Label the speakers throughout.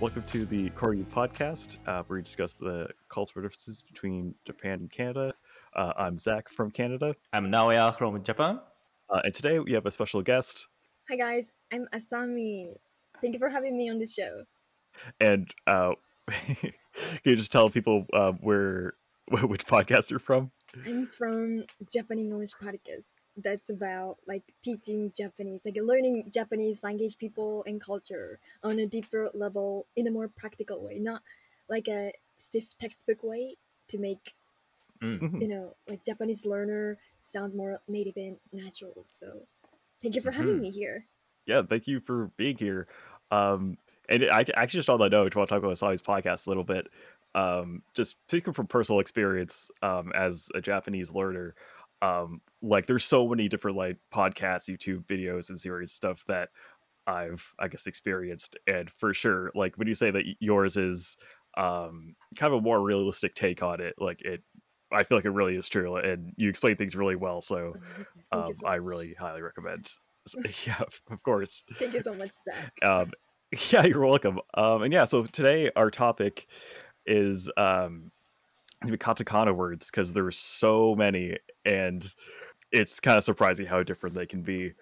Speaker 1: Welcome to the Koryu podcast, uh, where we discuss the cultural differences between Japan and Canada. Uh, I'm Zach from Canada,
Speaker 2: I'm Naoya from Japan.
Speaker 1: uh, and today we have a special guest.
Speaker 3: Hi guys, I'm Asami. Thank you for having me on the show.
Speaker 1: And uh, can you just tell people uh, where wh- which podcast you're from?
Speaker 3: I'm from Japanese English Podcast. That's about like teaching Japanese, like learning Japanese language, people, and culture on a deeper level in a more practical way, not like a stiff textbook way to make
Speaker 2: Mm.
Speaker 1: Mm-hmm.
Speaker 3: you know like Japanese learner sound more native and natural. So, thank you for having
Speaker 2: Mhm.
Speaker 3: me here.
Speaker 1: yeah, thank you for being here. Um, and I I actually just on that note, want to talk about Asami's podcast a little bit. Um, just speaking from personal experience um, as a Japanese learner, um, like there's so many different like podcasts, YouTube videos, and series stuff that I've I guess experienced. And for sure, like when you say that y- yours is um, kind of a more realistic take on it, like it, I feel like it really is true, and you explain things really well. So
Speaker 3: Thank
Speaker 1: um,
Speaker 3: you so
Speaker 1: I
Speaker 3: much.
Speaker 1: really highly recommend. So, yeah, of course
Speaker 3: Thank you so much, Zach.
Speaker 1: um, yeah, you're welcome. Um, and yeah, so today our topic is um, the katakana words because there's so many, and it's kind of surprising how different they can be.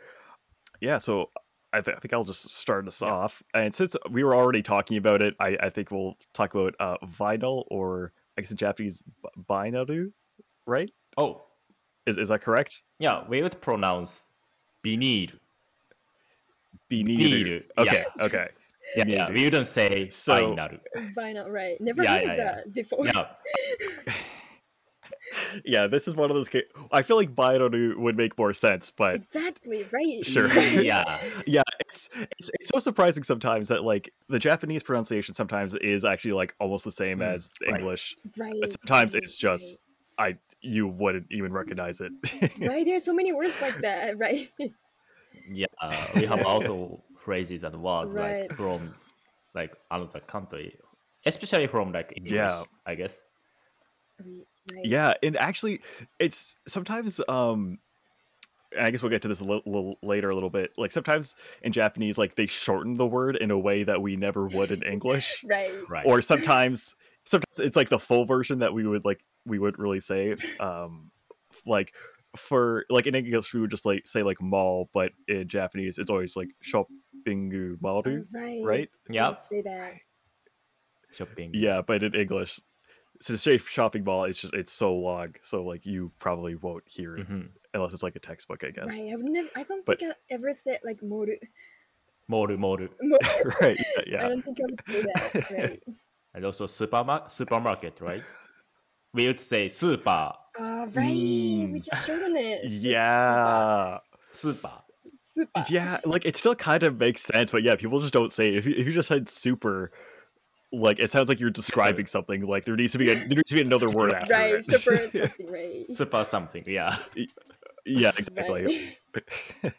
Speaker 1: Yeah, so I, th- I think I'll just start us
Speaker 2: Yeah.
Speaker 1: off. And since we were already talking about it, I, I think we'll talk about uh, vinyl or I guess in Japanese b- binaru, right?
Speaker 2: Oh,
Speaker 1: Is is that correct?
Speaker 2: yeah, we would pronounce binir.
Speaker 1: Biniru.
Speaker 2: Binir.
Speaker 1: Okay, okay.
Speaker 2: Yeah, yeah, yeah, we wouldn't say
Speaker 1: So-
Speaker 2: final.
Speaker 3: Vinyl, right? Never
Speaker 2: Yeah,
Speaker 3: heard
Speaker 2: yeah, yeah.
Speaker 3: that before.
Speaker 2: Yeah,
Speaker 1: Yeah, this is one of those. Ca- I feel like binaru would make more sense, but
Speaker 3: Exactly right.
Speaker 1: Sure.
Speaker 2: yeah,
Speaker 1: yeah it's, it's it's so surprising sometimes that like the japanese pronunciation sometimes is actually like almost the same
Speaker 2: Mm,
Speaker 1: as
Speaker 2: right.
Speaker 1: english
Speaker 3: Right.
Speaker 1: but sometimes
Speaker 3: right,
Speaker 1: it's just i you wouldn't even recognize it
Speaker 3: right. right. There's so many words like that. Right.
Speaker 2: yeah. We have auto phrases and words
Speaker 3: Right.
Speaker 2: like from like another country, especially from like English.
Speaker 1: Yeah.
Speaker 2: I guess.
Speaker 3: Re- right.
Speaker 1: yeah and actually it's sometimes um and i guess we'll get to this a li- little later a little bit like sometimes in japanese like they shorten the word in a way that we never would in english
Speaker 3: Right.
Speaker 2: Right.
Speaker 1: or sometimes sometimes it's like the full version that we would like we would really say um like for like in english we would just like say like mall but in japanese it's always like shopping maru
Speaker 3: Oh, right.
Speaker 1: right
Speaker 2: yeah,
Speaker 3: Don't say that.
Speaker 2: shopping.
Speaker 1: yeah but in english to say shopping mall it's just it's so long so like you probably won't hear it
Speaker 2: Mhm.
Speaker 1: unless it's like a textbook i guess
Speaker 3: Right. I've never. I don't
Speaker 1: But-
Speaker 3: think I ever said like moru.
Speaker 2: Moru moru,
Speaker 3: Mo-
Speaker 1: right, yeah,
Speaker 3: I
Speaker 1: yeah.
Speaker 3: don't think I would say that. Right.
Speaker 2: and also supermarket, supermarket, right? We would say super,
Speaker 3: Ah, right. We
Speaker 2: Mm.
Speaker 3: just shortened it. Su-
Speaker 1: yeah
Speaker 2: super.
Speaker 3: Super.
Speaker 1: yeah like it still kind of makes sense but yeah people just don't say it. if you, if you just said super like it sounds like you're describing something like there needs to be a, there needs to be another word after
Speaker 3: Right.
Speaker 1: it.
Speaker 3: Super something. Right.
Speaker 2: super something yeah
Speaker 1: yeah exactly
Speaker 3: Right.
Speaker 1: But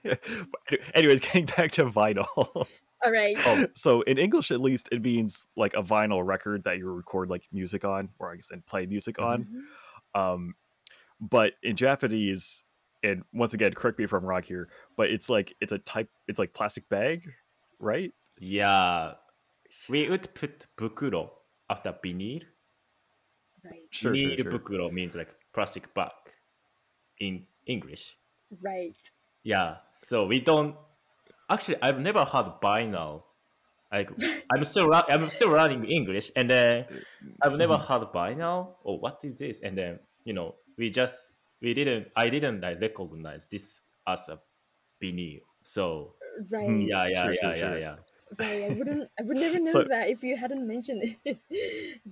Speaker 1: anyways getting back to vinyl
Speaker 3: All right.
Speaker 2: oh
Speaker 1: so in english at least it means like a vinyl record that you record like music on or i guess and play music
Speaker 2: Mhm.
Speaker 1: on
Speaker 3: Mhm.
Speaker 1: um but in japanese and once again correct me if i'm wrong here but it's like it's a type it's like plastic bag right
Speaker 2: yeah we would put bukuro after binir
Speaker 3: Right.
Speaker 1: sure, sure,
Speaker 2: binir
Speaker 1: sure.
Speaker 2: bukuro means like plastic bag in english
Speaker 3: Right.
Speaker 2: yeah so we don't actually i've never heard vinyl like i'm still ra- i'm still learning english and then i've never
Speaker 1: Mhm.
Speaker 2: heard vinyl or what is this and then you know we just we didn't i didn't like, recognize this as a binir so
Speaker 1: Hmm.
Speaker 3: Right.
Speaker 2: yeah
Speaker 1: Mm,
Speaker 2: yeah
Speaker 1: Sure, sure,
Speaker 2: yeah yeah
Speaker 1: sure.
Speaker 2: yeah
Speaker 3: Right, I wouldn't. I would never know
Speaker 1: So-
Speaker 3: that if you hadn't mentioned it.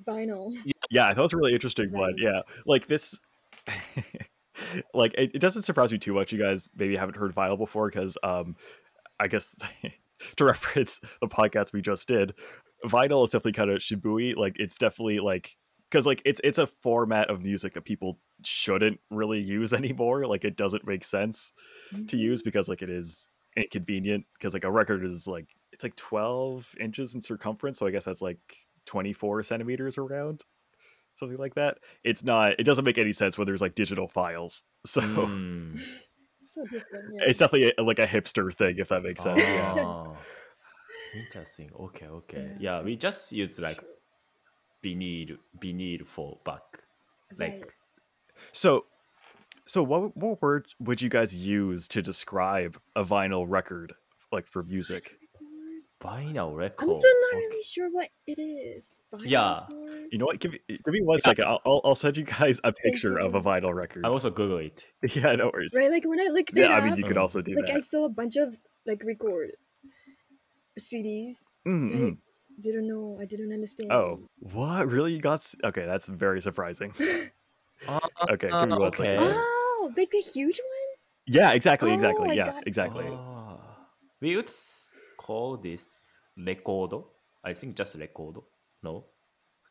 Speaker 3: Vinyl.
Speaker 1: Yeah, I thought it was a really interesting one.
Speaker 3: Right.
Speaker 1: Yeah, like this, like it, it doesn't surprise me too much. You guys maybe haven't heard vinyl before because, um, I guess to reference the podcast we just did, vinyl is definitely kind of shibui. Like it's definitely like because like it's it's a format of music that people shouldn't really use anymore. Like it doesn't make sense to use because like it is inconvenient because like a record is like it's like 12 inches in circumference so i guess that's like 24 centimeters around something like that it's not it doesn't make any sense when there's like digital files so
Speaker 2: Mm.
Speaker 3: So different. Yeah.
Speaker 2: Oh.
Speaker 1: it's definitely a, like a hipster thing if that makes sense yeah
Speaker 2: Ah. Interesting. Okay, okay. Yeah, we just use like vinyl vinyl for back. Like
Speaker 3: Right.
Speaker 1: So, so what what word would you guys use to describe a vinyl record, like for music?
Speaker 3: Record.
Speaker 2: vinyl record.
Speaker 3: I'm still not
Speaker 2: Okay.
Speaker 3: really sure what it is. Vinyl
Speaker 2: Yeah.
Speaker 3: record?
Speaker 1: You know what? Give me give me one second. I'll I'll, I'll send you guys a picture of a
Speaker 3: you.
Speaker 1: vinyl record.
Speaker 2: I also Google it.
Speaker 1: Yeah, no worries.
Speaker 3: Right? Like when I looked it
Speaker 1: Yeah,
Speaker 3: up,
Speaker 1: I mean you could
Speaker 2: Um,
Speaker 1: also do
Speaker 3: like I
Speaker 1: that.
Speaker 3: saw a bunch of like record CDs.
Speaker 1: Mm,
Speaker 3: I
Speaker 1: mm.
Speaker 3: didn't know. I didn't understand.
Speaker 1: Oh, what really? You got s- okay. That's very surprising. Okay, give me
Speaker 2: Ah,
Speaker 1: one second.
Speaker 2: okay.
Speaker 3: Oh, like a huge one.
Speaker 1: Yeah, exactly, exactly.
Speaker 3: Oh, I
Speaker 1: yeah,
Speaker 3: got it.
Speaker 1: exactly.
Speaker 2: Ah, we would s- call this record. I think just record. No.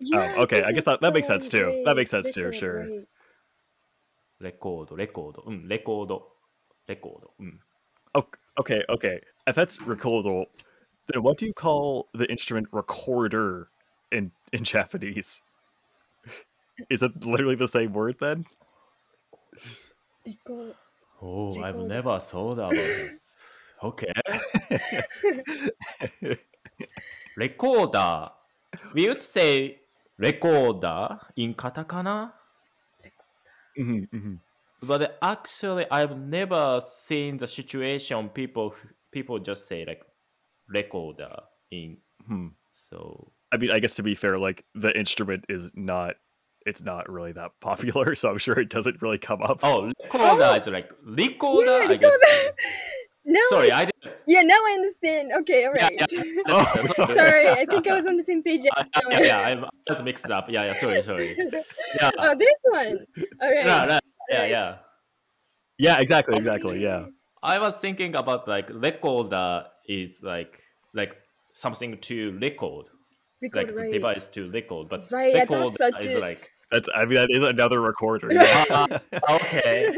Speaker 3: Yeah.
Speaker 1: Oh, okay, I guess that- that
Speaker 3: that's the
Speaker 1: makes sense
Speaker 3: one,
Speaker 1: too. That
Speaker 3: right,
Speaker 1: makes sense too,
Speaker 3: record,
Speaker 1: sure.
Speaker 3: right.
Speaker 2: Record, record. Um, record. Record. Um.
Speaker 1: Oh, okay, okay. If that's recordal, then what do you call the instrument recorder in in Japanese? Is it literally the same word then?
Speaker 3: Record.
Speaker 2: Oh, I've
Speaker 3: Record.
Speaker 2: never thought about this. Okay. Recorder. We would say recorder in katakana,
Speaker 1: Mhm, mhm.
Speaker 2: but actually, I've never seen the situation people people just say like recorder in
Speaker 1: Hmm.
Speaker 2: so.
Speaker 1: I mean, I guess to be fair, like the instrument is not it's not really that popular, so I'm sure it doesn't really come up.
Speaker 2: Oh, recorder is like
Speaker 1: Oh,
Speaker 2: recorder.
Speaker 3: Yeah,
Speaker 2: I guess.
Speaker 3: recorder. now
Speaker 2: Sorry,
Speaker 3: I,
Speaker 2: I didn't.
Speaker 3: yeah, now I understand. Okay, all
Speaker 2: Yeah,
Speaker 3: right.
Speaker 1: Oh, sorry.
Speaker 3: sorry, I think I was on the same page.
Speaker 2: Uh,
Speaker 3: as
Speaker 2: yeah, yeah, I'm just mixed it up. Yeah, yeah. Sorry, sorry. Yeah,
Speaker 3: oh, this one. All right.
Speaker 2: yeah, yeah, yeah,
Speaker 3: right.
Speaker 2: yeah.
Speaker 1: Yeah, exactly, exactly. Yeah.
Speaker 2: I was thinking about like recorder is like like something to record,
Speaker 3: Record
Speaker 2: like the
Speaker 3: right.
Speaker 2: device to record, but
Speaker 3: Right, I
Speaker 2: record
Speaker 3: thought so
Speaker 2: is
Speaker 3: too.
Speaker 2: like
Speaker 1: That's I mean that is another recorder. Yeah,
Speaker 2: okay.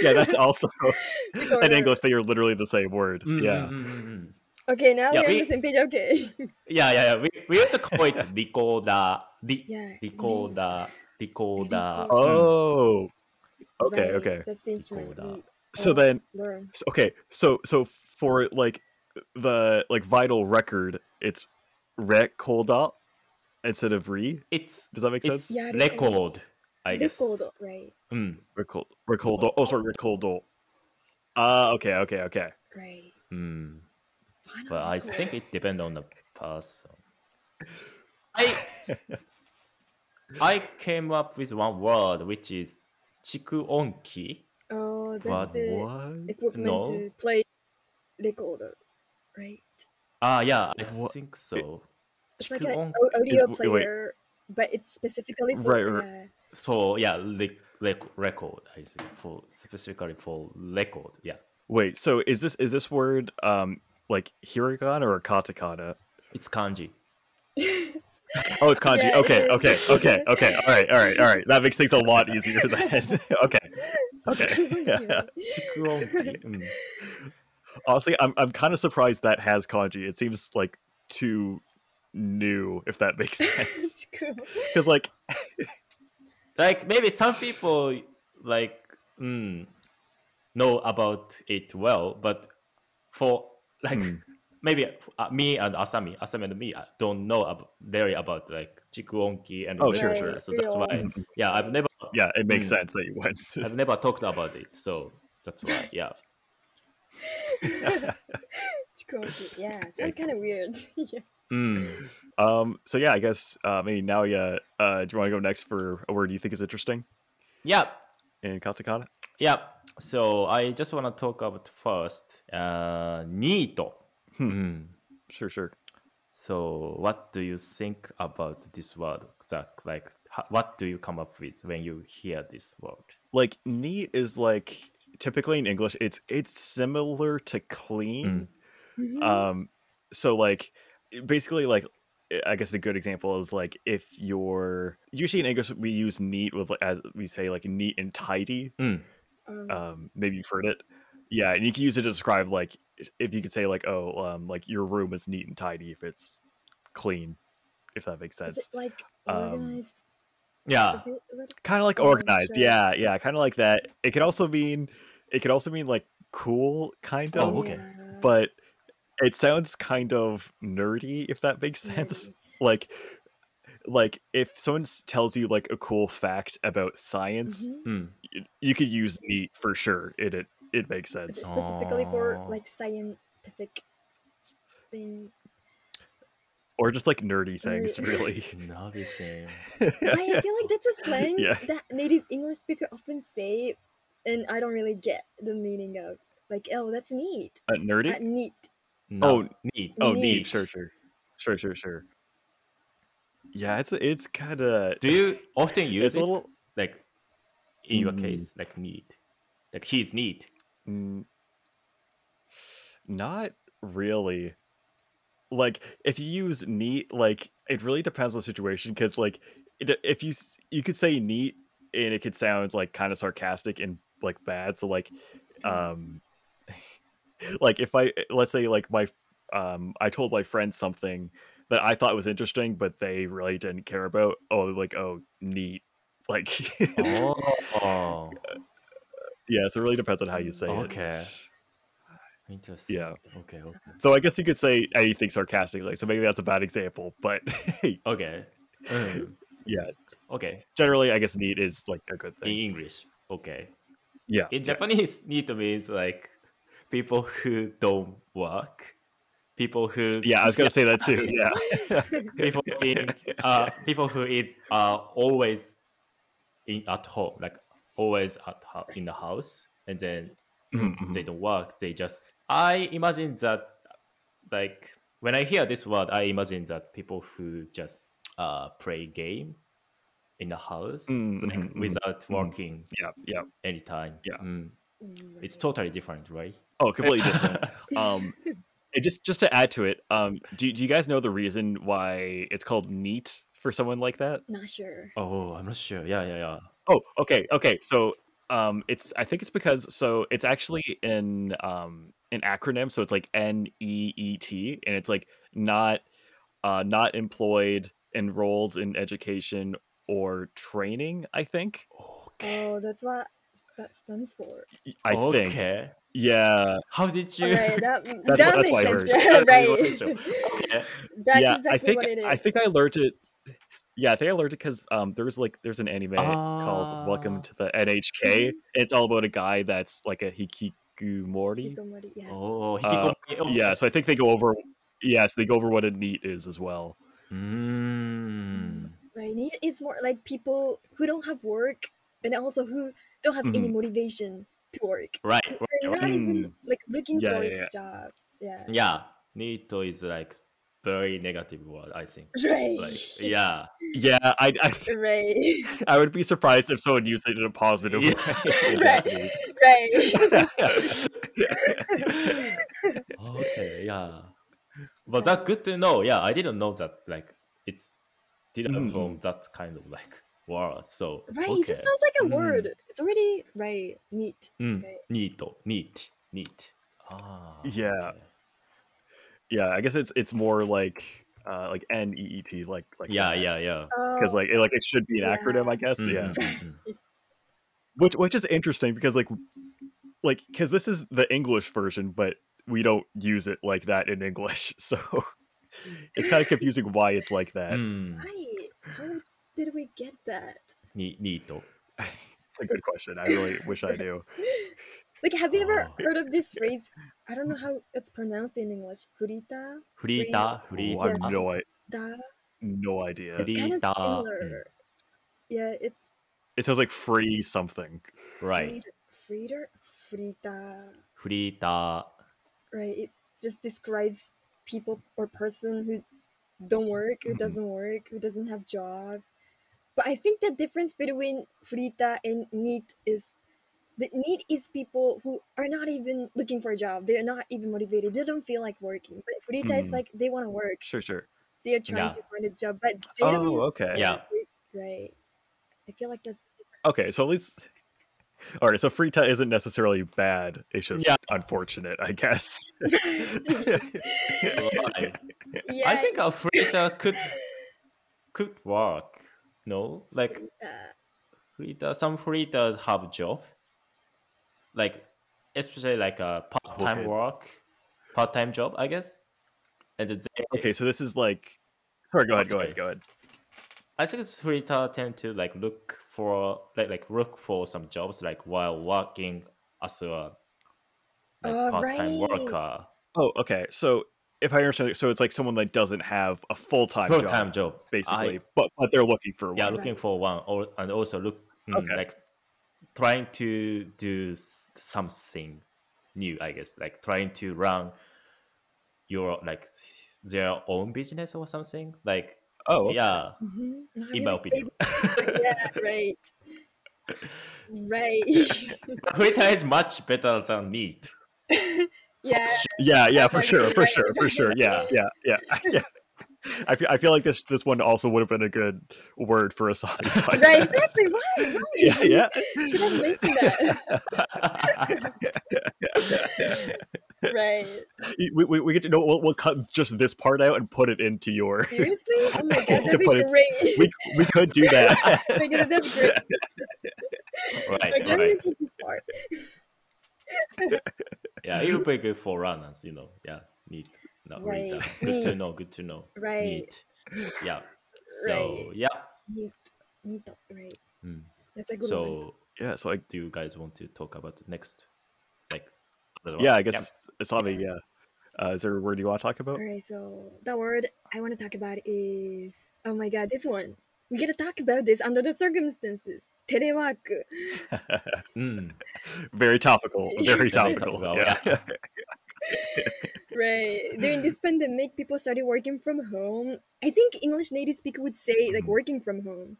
Speaker 1: yeah that's also in
Speaker 3: Recorder.
Speaker 1: English they are literally the same word.
Speaker 2: Mm,
Speaker 1: Yeah.
Speaker 2: mm, mm, mm, mm.
Speaker 3: Okay, now
Speaker 2: Yeah,
Speaker 3: we're on
Speaker 2: we-
Speaker 3: the same page. Okay.
Speaker 2: yeah, yeah, yeah. We, we have to call it recorder, re-
Speaker 3: Yeah.
Speaker 2: recorder, recorder.
Speaker 3: Recorder.
Speaker 2: Mm.
Speaker 1: Oh. Okay,
Speaker 3: Right,
Speaker 1: okay.
Speaker 3: That's the instrument.
Speaker 2: Recorder.
Speaker 3: we
Speaker 1: So
Speaker 3: all
Speaker 1: then
Speaker 3: learn.
Speaker 1: s- okay, so so for like the like vital record, it's recorda instead of re.
Speaker 2: It's
Speaker 1: Does that make
Speaker 2: it's
Speaker 1: sense?
Speaker 3: Yeah,
Speaker 2: record, I guess.
Speaker 3: Record, right.
Speaker 2: Mm,
Speaker 1: Record recordo. Oh, sorry, recordo. Ah, okay, okay, okay.
Speaker 3: Right.
Speaker 2: mm.
Speaker 3: Vinyl
Speaker 2: Well, I
Speaker 3: record.
Speaker 2: think it depends on the person. I I came up with one word which is chikuonki.
Speaker 3: Oh, that's
Speaker 2: But
Speaker 3: the
Speaker 1: What?
Speaker 3: equipment
Speaker 2: No.
Speaker 3: to play recorder, right?
Speaker 2: Ah, yeah, I
Speaker 1: Wha-
Speaker 2: think so.
Speaker 3: It's like an
Speaker 2: Chikuonki.
Speaker 3: au- audio
Speaker 1: wait.
Speaker 3: player, but it's specifically for
Speaker 1: Right, right.
Speaker 3: yeah.
Speaker 2: So yeah, rec- rec- record. I think for specifically for record. Yeah,
Speaker 1: Wait, so is this is this word um like hiragana or katakana?
Speaker 2: it's kanji.
Speaker 1: Oh, it's kanji.
Speaker 3: Yeah, it
Speaker 1: okay,
Speaker 3: is.
Speaker 1: okay, okay, okay. All right, all right, all right. That makes things a lot easier then. okay. Okay. Yeah.
Speaker 2: Chikuonki. mm.
Speaker 1: Hmm. Honestly, I'm I'm kind of surprised that has kanji. It seems like too new, if that makes sense.
Speaker 3: It's cool.
Speaker 1: Because like,
Speaker 2: Like maybe some people like mm, know about it well, but for like.
Speaker 1: hmm,
Speaker 2: maybe uh, me and Asami, Asami and me uh, don't know ab- really about like Chikuonki and
Speaker 1: Oh, sure,
Speaker 2: literature,
Speaker 3: sure.
Speaker 2: so that's why.
Speaker 1: Mhm.
Speaker 2: Yeah, I've never,
Speaker 1: yeah, it makes
Speaker 2: Hmm.
Speaker 1: sense that you went.
Speaker 2: I've never talked about it, so that's why. Yeah,
Speaker 3: It's cool. Yeah, sounds kind of weird. yeah.
Speaker 2: Mm.
Speaker 1: um. So yeah, I guess uh, maybe now. Yeah. Uh, do you want to go next for a word you think is interesting
Speaker 2: yeah,
Speaker 1: in katakana?
Speaker 2: yeah. So I just want to talk about first, uh, Nito.
Speaker 1: Hmm.
Speaker 2: Mm.
Speaker 1: Sure, sure.
Speaker 2: So what do you think about this word, Zach? Like, ho- what do you come up with when you hear this word?
Speaker 1: like neat is like typically in english it's it's similar to clean
Speaker 3: Mhm.
Speaker 1: um so like i- basically like i- i guess a good example is like if you're usually in english we use neat with like, as we say like neat and tidy
Speaker 2: Mm.
Speaker 3: Um,
Speaker 1: um maybe you've heard it yeah and you can use it to describe like i- if you could say like oh um like your room is neat and tidy if it's clean if that makes
Speaker 3: is it
Speaker 1: sense
Speaker 3: like
Speaker 1: um, uh,
Speaker 3: organized?
Speaker 2: Yeah,
Speaker 3: a bit- a little-
Speaker 1: kind of like
Speaker 3: Oh,
Speaker 1: organized
Speaker 3: sure.
Speaker 1: yeah yeah kind of like that it could also mean it could also mean like cool kind of
Speaker 2: Oh, okay.
Speaker 3: Yeah.
Speaker 1: but it sounds kind of nerdy if that makes
Speaker 3: Mm.
Speaker 1: sense like like if someone s- tells you like a cool fact about science
Speaker 3: Mhm.
Speaker 2: Hmm.
Speaker 1: y you could use neat for sure it it, it makes sense
Speaker 3: It's specifically for
Speaker 2: Oh.
Speaker 3: like scientific thing.
Speaker 1: or just like nerdy things
Speaker 3: Nerdy.
Speaker 1: really
Speaker 2: Nothing.
Speaker 3: I feel like that's a slang
Speaker 1: Yeah.
Speaker 3: that native English speaker often say, and I don't really get the meaning of. Like, oh, that's neat.
Speaker 1: Uh, nerdy
Speaker 3: That neat.
Speaker 1: Oh,
Speaker 2: neat.
Speaker 1: oh
Speaker 3: neat.
Speaker 1: neat. sure sure sure sure sure yeah it's it's kind of
Speaker 2: Do you often use
Speaker 1: it's
Speaker 2: it
Speaker 1: a little
Speaker 2: like in your
Speaker 1: Mm.
Speaker 2: case, like neat, like he's neat.
Speaker 1: Mm, not really. Like if you use neat, like it really depends on the situation because like it, d- if you s- you could say neat and it could sound like kind of sarcastic and like bad. So like um like if I let's say like my um I told my friend something that I thought was interesting but they really didn't care about. Oh like oh neat. Like
Speaker 2: Oh,
Speaker 1: yeah, so it really depends on how you say it.
Speaker 2: okay. Interesting.
Speaker 1: Yeah.
Speaker 2: Okay. Okay.
Speaker 1: Though I guess you could say anything sarcastically, so maybe that's a bad example. But
Speaker 2: Okay. Mm.
Speaker 1: yeah,
Speaker 2: Okay.
Speaker 1: generally, I guess neat is like a good
Speaker 2: In
Speaker 1: thing.
Speaker 2: English. Okay.
Speaker 1: Yeah, yeah.
Speaker 2: In Japanese, neat means like people who don't work, people who
Speaker 1: yeah, I was gonna say that too. Yeah,
Speaker 2: people in uh people who is uh always in at home like always at ho- in the house and then
Speaker 1: Mhm, mhm.
Speaker 2: they don't work they just i imagine that like when i hear this word i imagine that people who just uh play game in the house
Speaker 1: Mm,
Speaker 2: like,
Speaker 1: mhm, mhm,
Speaker 2: without
Speaker 1: mhm.
Speaker 2: working
Speaker 1: yeah, yeah.
Speaker 2: anytime
Speaker 1: Yeah.
Speaker 2: Mm. it's
Speaker 3: Right.
Speaker 2: totally different right
Speaker 1: Oh, completely different. Um, and just just to add to it, um, do do you guys know the reason why it's called neat for someone like that?
Speaker 3: Not sure.
Speaker 2: oh i'm not sure yeah yeah yeah
Speaker 1: Oh, okay, okay. So, um, it's I think it's because so it's actually in um an acronym, so it's like N E E T, and it's like not uh, not employed, enrolled in education or training. I think.
Speaker 2: okay
Speaker 3: Oh, that's what s- that stands for.
Speaker 1: Y- I think.
Speaker 2: okay
Speaker 1: Yeah.
Speaker 2: how did you
Speaker 3: Alright, that,
Speaker 1: what-
Speaker 3: that
Speaker 1: that's
Speaker 3: makes
Speaker 1: what I
Speaker 3: sense,
Speaker 2: heard. That's what
Speaker 3: yeah,
Speaker 2: I
Speaker 3: right?
Speaker 2: okay
Speaker 3: That's
Speaker 1: yeah.
Speaker 3: exactly
Speaker 1: I think.
Speaker 3: what it is.
Speaker 1: I think I learned it. Yeah, I think I learned it because um, there was like there's an anime called
Speaker 2: Ah.
Speaker 1: Welcome to the NHK.
Speaker 3: Mhm.
Speaker 1: It's all about a guy that's like a hikikomori.
Speaker 3: Hikikomori, yeah.
Speaker 2: Oh,
Speaker 1: Uh,
Speaker 2: hikikomori. Oh,
Speaker 1: Yeah, so I think they go over. Yeah, so they go over what a neat is as well.
Speaker 2: Mm.
Speaker 3: Right. Need is more like people who don't have work and also who don't have any
Speaker 1: Mhm.
Speaker 3: motivation to work.
Speaker 2: Right,
Speaker 3: They're
Speaker 2: right,
Speaker 3: not
Speaker 2: right.
Speaker 3: even
Speaker 1: Mm.
Speaker 3: like looking
Speaker 1: Yeah,
Speaker 3: for
Speaker 1: yeah, yeah.
Speaker 3: a job. Yeah.
Speaker 2: Yeah, Nito is like very negative word, I think.
Speaker 3: Right.
Speaker 2: Like, yeah.
Speaker 1: Yeah, I, I
Speaker 3: Right.
Speaker 1: I would be surprised if someone used it in a positive
Speaker 2: Yeah.
Speaker 1: way. in
Speaker 3: Right.
Speaker 1: Japanese.
Speaker 3: right.
Speaker 2: okay, yeah. But that's good to know. Yeah, I didn't know that. Like, it's didn't
Speaker 1: Mm,
Speaker 2: from that kind of like word. So,
Speaker 3: Right. It
Speaker 2: okay.
Speaker 3: just sounds like a
Speaker 2: Mm.
Speaker 3: word. It's already right. Neat.
Speaker 2: Mm.
Speaker 3: Right.
Speaker 2: Nito, neat, neat. Ah.
Speaker 1: Yeah.
Speaker 2: okay.
Speaker 1: yeah, I guess it's it's more like uh like N E E T like like
Speaker 2: Yeah, yeah, yeah.
Speaker 1: because
Speaker 3: Oh,
Speaker 1: like it, like it should be an
Speaker 3: Yeah.
Speaker 1: acronym, I guess.
Speaker 2: Mm,
Speaker 1: Yeah,
Speaker 2: mm, mm, mm.
Speaker 1: which which is interesting because like like because this is the English version, but we don't use it like that in English, so it's kind of confusing why it's like that.
Speaker 2: Mm.
Speaker 3: right. How did we get that?
Speaker 2: Ni- Nito.
Speaker 1: It's a good question. I really wish I knew.
Speaker 3: Like, have you ever
Speaker 2: Oh.
Speaker 3: heard of this phrase? I don't know how it's pronounced in English. Furita? Free-
Speaker 2: Frita,
Speaker 1: Ooh,
Speaker 2: frita.
Speaker 1: Oh, I have no I
Speaker 3: Da?
Speaker 1: no idea.
Speaker 3: It's kind of
Speaker 2: Frita, mm.
Speaker 3: similar. Yeah, it's
Speaker 1: It sounds like free something.
Speaker 2: Right.
Speaker 3: Frida, Frida,
Speaker 2: Frita.
Speaker 3: right? It just describes people or person who don't work, who
Speaker 2: Mm-hmm.
Speaker 1: Mhm.
Speaker 3: doesn't work, who doesn't have job. But I think the difference between Frita and neat is the neat is people who are not even looking for a job. They're not even motivated. They don't feel like working. But Frita is
Speaker 1: Mm.
Speaker 3: like they want to work.
Speaker 1: Sure, sure.
Speaker 3: They're trying
Speaker 2: Mm-hmm. Yeah.
Speaker 3: to find a job, but they
Speaker 1: Oh,
Speaker 3: don't.
Speaker 1: okay.
Speaker 2: Yeah.
Speaker 3: Right. I feel like that's
Speaker 1: Okay, so at least all right. So Frita isn't necessarily bad. It's just
Speaker 2: Yeah.
Speaker 1: unfortunate, I guess.
Speaker 2: Right.
Speaker 3: yeah.
Speaker 2: I think a Frita could could work. No? Like
Speaker 3: Frita.
Speaker 2: Frita some Fritas have job. Like especially like a part time
Speaker 1: Okay.
Speaker 2: work. part time job, I guess. And they,
Speaker 1: Okay, so this is like. Sorry, go ahead, go
Speaker 2: sorry.
Speaker 1: ahead, go ahead.
Speaker 2: I think Twitter tend to like look for like like look for some jobs like while working as a like
Speaker 3: Oh,
Speaker 2: part time
Speaker 3: right.
Speaker 2: worker,
Speaker 1: Oh, okay. So if I understand, it, so it's like someone that doesn't have a full time
Speaker 2: full
Speaker 1: job,
Speaker 2: time job, I-
Speaker 1: basically, but but they're looking for
Speaker 2: yeah,
Speaker 1: one.
Speaker 2: looking for one, or and also look mm,
Speaker 1: Okay.
Speaker 2: like trying to do s- something new, I guess, like trying to run your like s- their own business or something, like
Speaker 1: Oh, okay.
Speaker 2: yeah,
Speaker 3: Mhm. Not
Speaker 2: in my
Speaker 3: really
Speaker 2: opinion.
Speaker 3: stable. yeah, right. Right.
Speaker 2: Twitter is much better than Meet.
Speaker 3: yeah.
Speaker 1: yeah, yeah, for
Speaker 3: Right,
Speaker 1: sure, for
Speaker 3: right,
Speaker 1: sure, for sure. Yeah, yeah, yeah, yeah. I feel, I feel like this this one also would have been a good word for a song.
Speaker 3: Right. Exactly. Why? Why?
Speaker 1: Yeah, yeah.
Speaker 3: Should have mentioned that. right.
Speaker 1: We, we, we get to know. We'll, we'll cut just this part out and put it into your.
Speaker 3: Seriously? Oh my god,
Speaker 1: To
Speaker 3: that'd be
Speaker 1: put it-
Speaker 3: great.
Speaker 1: We we could do that.
Speaker 3: Oh my god, that'd be great. Like,
Speaker 2: right,
Speaker 3: I'm gonna
Speaker 2: right.
Speaker 3: take this part.
Speaker 2: Yeah, it would be good for runners, you know. Yeah, neat. Not
Speaker 3: Right,
Speaker 2: Rita. Good to
Speaker 3: neat.
Speaker 2: know. Good to know.
Speaker 3: Right.
Speaker 2: Neat. Yeah. So
Speaker 3: Right.
Speaker 2: yeah.
Speaker 3: Need, need to, right.
Speaker 2: Mm.
Speaker 3: That's a good one.
Speaker 2: So
Speaker 1: yeah. So I,
Speaker 2: do you guys want to talk about the next? Like. other one?
Speaker 1: yeah, I guess it's, it's probably yeah. Uh, is there a word you want to talk about?
Speaker 3: Alright, so the word I wanna talk about is oh my god, this one. We gotta talk about this under the circumstances. Telework.
Speaker 2: Mm.
Speaker 1: Very topical. Very
Speaker 3: Very
Speaker 1: topical.
Speaker 2: topical,
Speaker 1: yeah.
Speaker 3: Right. During this pandemic, people started working from home. I think English native speaker would say like
Speaker 2: Mhm.
Speaker 3: working from home.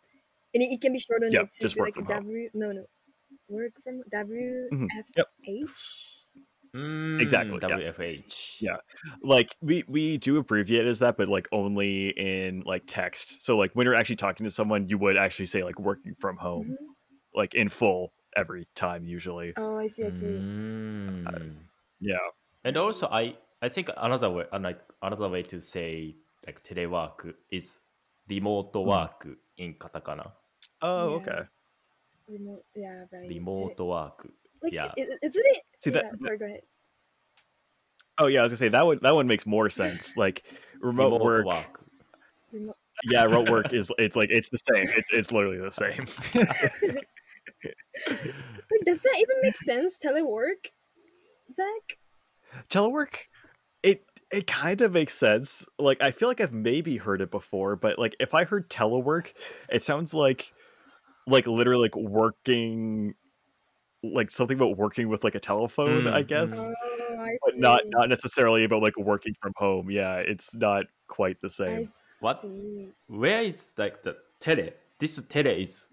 Speaker 3: And it, it can be shortened
Speaker 1: Yep,
Speaker 3: to
Speaker 1: Mm-hmm. just
Speaker 3: be
Speaker 1: work
Speaker 3: like
Speaker 1: from home.
Speaker 3: W no no. Work from W
Speaker 1: Mhm,
Speaker 3: F
Speaker 1: yep.
Speaker 3: H.
Speaker 2: Mm,
Speaker 1: Exactly, yeah.
Speaker 2: WFH.
Speaker 1: Yeah. like we we do abbreviate it as that but like only in like text so like when you're actually talking to someone you would actually say like working from home
Speaker 3: Mhm.
Speaker 1: like in full every time usually
Speaker 3: Oh I see, I see.
Speaker 2: Mm.
Speaker 1: yeah
Speaker 2: And also, I I think another way, uh, like another way to say like telework is remote
Speaker 1: Mm.
Speaker 2: work in katakana.
Speaker 1: oh
Speaker 3: Yeah.
Speaker 1: okay
Speaker 3: Remote, yeah, right.
Speaker 2: Remote work.
Speaker 3: Like,
Speaker 2: yeah.
Speaker 3: i- i- isn't it?
Speaker 1: See, that-
Speaker 3: yeah, sorry, go ahead.
Speaker 1: oh yeah i was gonna say that one that one makes more sense like remote, work,
Speaker 3: Remote,
Speaker 1: yeah remote work is it's like it's the same it's, it's literally the same
Speaker 3: like, does that even make sense? Telework, Zach?
Speaker 1: telework it it kind of makes sense like i feel like i've maybe heard it before but like if i heard telework it sounds like like literally like working like something about working with like a telephone i
Speaker 2: Mm,
Speaker 1: guess
Speaker 2: mm.
Speaker 3: Oh, I
Speaker 1: but
Speaker 3: see.
Speaker 1: not not necessarily about like working from home yeah it's not quite the
Speaker 3: I
Speaker 1: same
Speaker 2: What?
Speaker 3: see.
Speaker 2: Where is like the tele? This tele is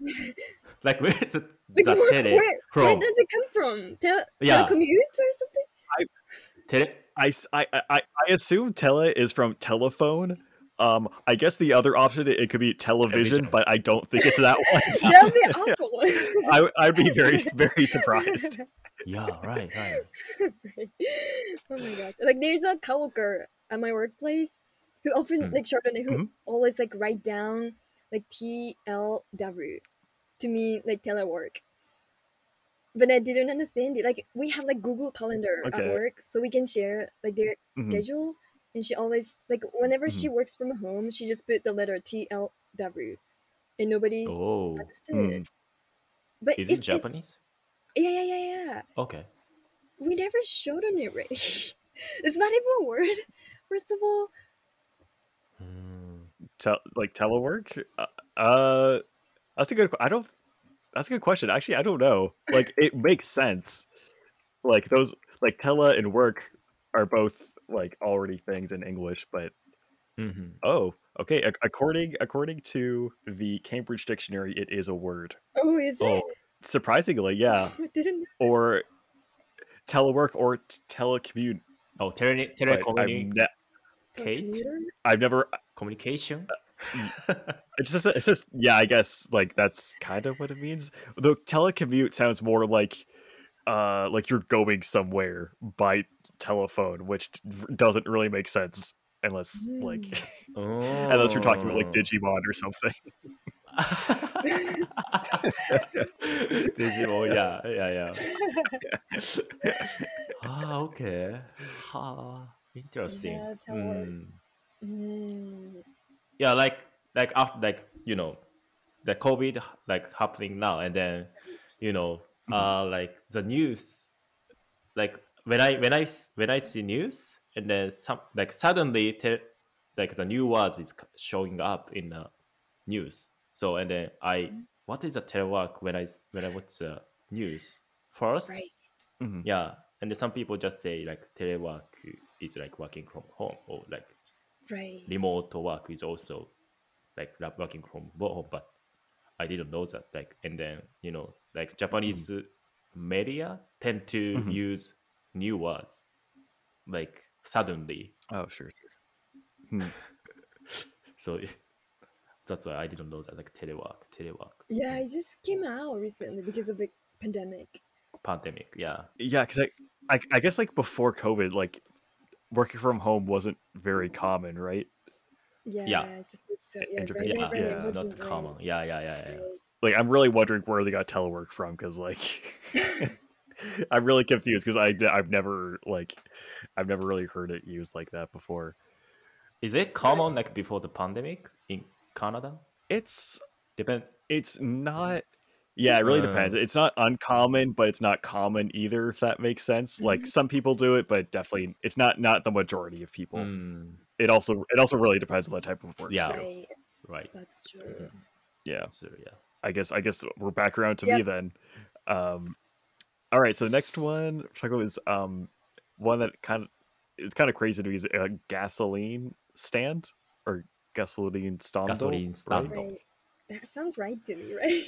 Speaker 2: like where is the,
Speaker 3: Like,
Speaker 2: the
Speaker 3: where,
Speaker 2: tele
Speaker 3: where,
Speaker 2: from?
Speaker 3: where does it come from? Tele,
Speaker 2: Yeah.
Speaker 3: telecommute or something?
Speaker 2: tele?
Speaker 1: I, s- I i I- I assume tele is from telephone um i guess the other option it, it could be television
Speaker 2: Television.
Speaker 1: but i don't think it's that one
Speaker 3: That would be awful.
Speaker 1: I, i'd be very very surprised
Speaker 2: Yeah, right, right.
Speaker 3: Right. Oh my gosh. Like there's a coworker at my workplace who often
Speaker 2: Mm.
Speaker 3: like shorten it, who
Speaker 1: Mhm.
Speaker 3: always like write down like T L W to mean like telework. But I didn't understand it. Like we have like Google Calendar
Speaker 1: Okay.
Speaker 3: at work, so we can share like their
Speaker 1: Mhm.
Speaker 3: schedule. And she always like whenever
Speaker 1: Mm-hmm.
Speaker 3: she works from home, she just put the letter T L W, and nobody
Speaker 2: Oh,
Speaker 3: understood
Speaker 1: Mm.
Speaker 3: it. But
Speaker 2: is
Speaker 3: if
Speaker 2: it
Speaker 3: it's-
Speaker 2: Japanese?
Speaker 3: Yeah, yeah, yeah, yeah
Speaker 2: Okay.
Speaker 3: we never showed on it right. it's not even a word. First of all,
Speaker 2: Mm.
Speaker 1: Tel- like telework? Uh, uh, that's a good. que- I don't. That's a good question. Actually, I don't know. Like, it makes sense. Like those, like tele and work are both like already things in English. But
Speaker 2: hmm
Speaker 1: oh, okay. ac- according according to the Cambridge Dictionary, it is a word.
Speaker 3: oh, is
Speaker 2: Oh,
Speaker 3: it?
Speaker 1: Surprisingly, yeah.
Speaker 3: I didn't.
Speaker 1: Or telework or t- telecommute.
Speaker 2: oh, tele
Speaker 1: But I've,
Speaker 2: telecommuni-
Speaker 1: ne-
Speaker 2: Kate?
Speaker 3: Computer?
Speaker 1: I've never.
Speaker 2: communication.
Speaker 1: It's just, it's just, yeah, I guess like that's kind of what it means. Though telecommute sounds more like, uh, like you're going somewhere by telephone, which d- r- doesn't really make sense unless like
Speaker 3: Mm.
Speaker 2: oh.
Speaker 1: Oh. unless you're talking about like Digimon or something.
Speaker 2: Digimon, yeah, yeah, yeah. ah, okay. Ah, interesting.
Speaker 3: Yeah, that works.
Speaker 2: Mm.
Speaker 3: Mm.
Speaker 2: Yeah, like like after like you know, the COVID like happening now, and then you know, uh, like the news, like when I when I s- when I see news, and then some like suddenly te- like the new words is c- showing up in the news. So and then I what is a telework when I when I watch the news first?
Speaker 3: Right.
Speaker 1: Mhm.
Speaker 2: Yeah, and then some people just say like telework is like working from home or like
Speaker 3: Right.
Speaker 2: remote work is also like lab- working from home, but I didn't know that. Like, and then you know, like Japanese media tend to
Speaker 1: Mhm.
Speaker 2: use new words like suddenly.
Speaker 1: Oh, sure.
Speaker 2: So that's why I didn't know that. Like telework, telework,
Speaker 3: Yeah, it just came out recently because of the pandemic.
Speaker 2: pandemic. Yeah,
Speaker 1: Yeah, because I, I, I guess like before COVID, like working from home wasn't very common, right?
Speaker 3: Yeah,
Speaker 2: Yeah.
Speaker 3: I suppose so.
Speaker 1: A-
Speaker 3: Yeah,
Speaker 1: and
Speaker 3: right,
Speaker 1: Japan-
Speaker 2: yeah,
Speaker 3: right, right.
Speaker 1: yeah.
Speaker 3: it
Speaker 2: it's not
Speaker 3: wasn't right,
Speaker 2: common. Yeah, yeah, yeah, yeah.
Speaker 3: right.
Speaker 1: Like, I'm really wondering where they got telework from, because like, I'm really confused because I, I've never like, I've never really heard it used like that before.
Speaker 2: Is it common like before the pandemic in Canada?
Speaker 1: It's
Speaker 2: Depend.
Speaker 1: it's not yeah it really depends
Speaker 2: Uh.
Speaker 1: it's not uncommon but it's not common either if that makes sense like
Speaker 3: Mhm.
Speaker 1: some people do it but definitely it's not not the majority of people
Speaker 2: Mm,
Speaker 1: it also it also really depends on the type of work
Speaker 2: Yeah.
Speaker 1: too.
Speaker 3: Right,
Speaker 2: right.
Speaker 3: that's true.
Speaker 1: yeah
Speaker 2: So yeah.
Speaker 1: i guess i guess we're back around to me
Speaker 3: Yep.
Speaker 1: then um all right so the next one we're talking about is um one that kind of it's kind of crazy to me is a gasoline stand or gasoline stand
Speaker 2: Gasoline
Speaker 1: right?
Speaker 2: stand.
Speaker 3: Right. That sounds right to me, right?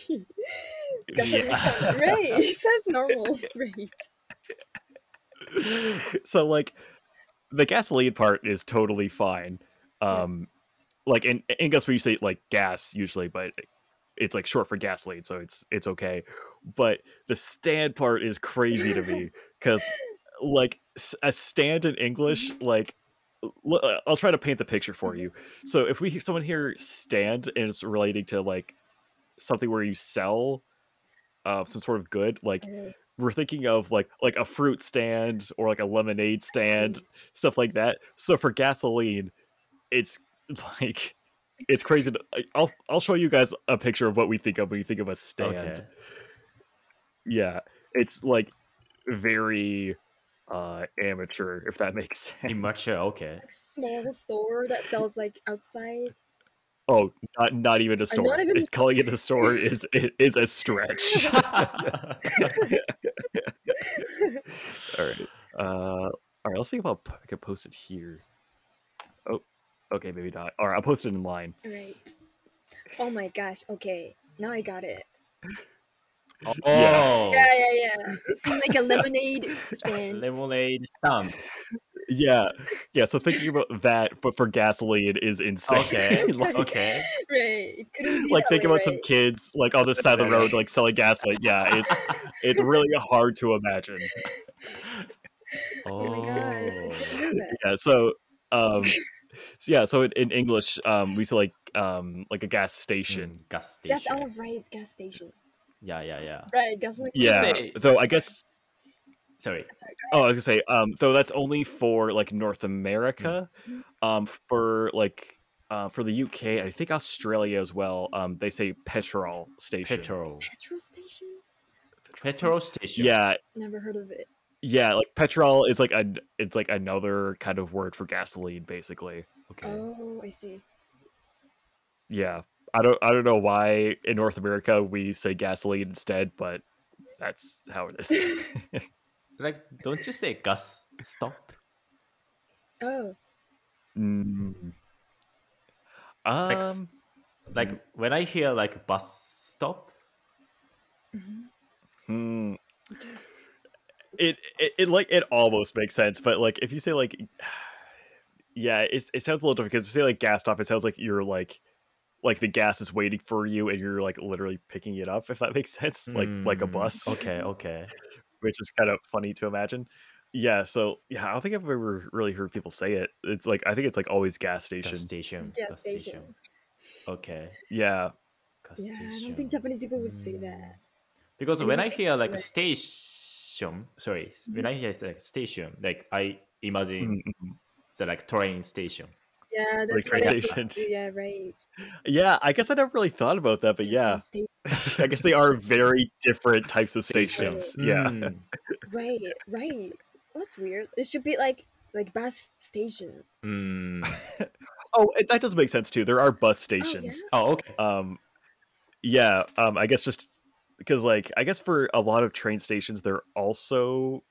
Speaker 3: Definitely
Speaker 1: Yeah.
Speaker 3: sounds right. It sounds normal, right?
Speaker 1: so like the gasoline part is totally fine
Speaker 3: Yeah.
Speaker 1: um like and and guess what you say like gas usually but it's like short for gasoline so it's it's okay but the stand part is crazy to me because like s- a stand in english like l- uh, i'll try to paint the picture for
Speaker 3: Mhm.
Speaker 1: you so if we hear someone here stand and it's relating to like something where you sell uh, some sort of good like
Speaker 3: Right,
Speaker 1: we're thinking of like like a fruit stand or like a lemonade
Speaker 3: I
Speaker 1: stand
Speaker 3: see.
Speaker 1: stuff like that so for gasoline it's like it's crazy to, I- i'll i'll show you guys a picture of what we think of when you think of a stand
Speaker 2: Okay.
Speaker 1: yeah it's like very uh amateur if that makes sense
Speaker 2: Immature. Okay.
Speaker 3: Like small store that sells like outside.
Speaker 1: oh not not even a
Speaker 3: Or
Speaker 1: store
Speaker 3: not even a
Speaker 1: calling it a store is it is a stretch all right. Uh, all right. Let's see if I'll, p- I can post it here. Oh, okay. Maybe not. All right. I'll post it in line.
Speaker 3: Right. Oh my gosh. Okay. Now I got it.
Speaker 2: oh,
Speaker 3: Yeah, yeah, yeah. It seems like a lemonade stand.
Speaker 2: lemonade stamp.
Speaker 1: Yeah. Yeah. So thinking about that, but for gasoline is insane.
Speaker 2: Okay.
Speaker 1: like,
Speaker 2: okay.
Speaker 3: right. It couldn't be
Speaker 1: like
Speaker 3: that
Speaker 1: think
Speaker 3: way,
Speaker 1: about
Speaker 3: right?
Speaker 1: some kids like on the side of the road, like selling gasoline. Yeah. It's it's really hard to imagine.
Speaker 3: Oh my god. I
Speaker 2: Oh.
Speaker 3: didn't know that.
Speaker 1: Yeah. So. Um, so yeah, so in, in English, um, we say like um, like a gas station.
Speaker 2: Mm, gas station.
Speaker 3: That's all right. Gas station.
Speaker 2: Yeah, yeah, yeah.
Speaker 3: Right. Gasoline.
Speaker 1: Yeah,
Speaker 2: say-
Speaker 1: though I guess
Speaker 2: Sorry.
Speaker 3: Sorry.
Speaker 1: Oh, I was gonna say, um, though that's only for like North
Speaker 2: Mm.
Speaker 1: America.
Speaker 3: Mhm.
Speaker 1: Um, for like uh, for the UK, and I think Australia as well. Um, they say petrol station.
Speaker 2: Petrol.
Speaker 3: Petrol station?
Speaker 2: Petrol station.
Speaker 1: Yeah,
Speaker 3: Never heard of it.
Speaker 1: yeah. Like petrol is like an it's like another kind of word for gasoline, basically.
Speaker 2: Okay.
Speaker 3: Oh, I see.
Speaker 1: Yeah, I don't I don't know why in North America we say gasoline instead, but that's how it is.
Speaker 2: Like, don't you say gas stop?
Speaker 3: Oh,
Speaker 1: Mm. Um,
Speaker 2: Like when I hear like bus stop,
Speaker 3: mhm.
Speaker 1: hmm.
Speaker 3: Just-
Speaker 1: it, it it like it almost makes sense, but like if you say like yeah, it's, it sounds a little different because if you say like gas stop, it sounds like you're like like the gas is waiting for you and you're like literally picking it up if that makes sense, like like a
Speaker 2: Mm,
Speaker 1: bus,
Speaker 2: Okay, okay.
Speaker 1: which is kind of funny to imagine. Yeah, so yeah, I don't think I've ever really heard people say it. It's like I think it's like always gas station.
Speaker 2: Gas station.
Speaker 3: Gas station.
Speaker 2: Okay.
Speaker 1: Yeah,
Speaker 2: podcast
Speaker 3: Yeah, I
Speaker 2: station. Mm.
Speaker 3: don't think Japanese people would say that.
Speaker 2: Because
Speaker 3: I
Speaker 2: when I
Speaker 3: mean,
Speaker 2: hear like
Speaker 3: like- Mm-hmm.
Speaker 2: station, sorry, when I hear like station, like I imagine the like train station.
Speaker 3: Yeah,
Speaker 1: Like
Speaker 3: that's
Speaker 1: train
Speaker 3: what I thought
Speaker 1: stations.
Speaker 3: too, Yeah, right.
Speaker 1: Yeah, I guess I never really thought about that, but
Speaker 3: Just
Speaker 1: yeah,
Speaker 3: on stage.
Speaker 1: I guess they are very different types of stations. Yeah.
Speaker 2: Mm.
Speaker 3: Right, right. That's weird. It should be like like bus station.
Speaker 2: Mm.
Speaker 1: Oh, it, that does make sense too. There are bus stations.
Speaker 2: Oh, okay.
Speaker 1: Um, yeah. Um, I guess just because, like, I guess for a lot of train stations, they're also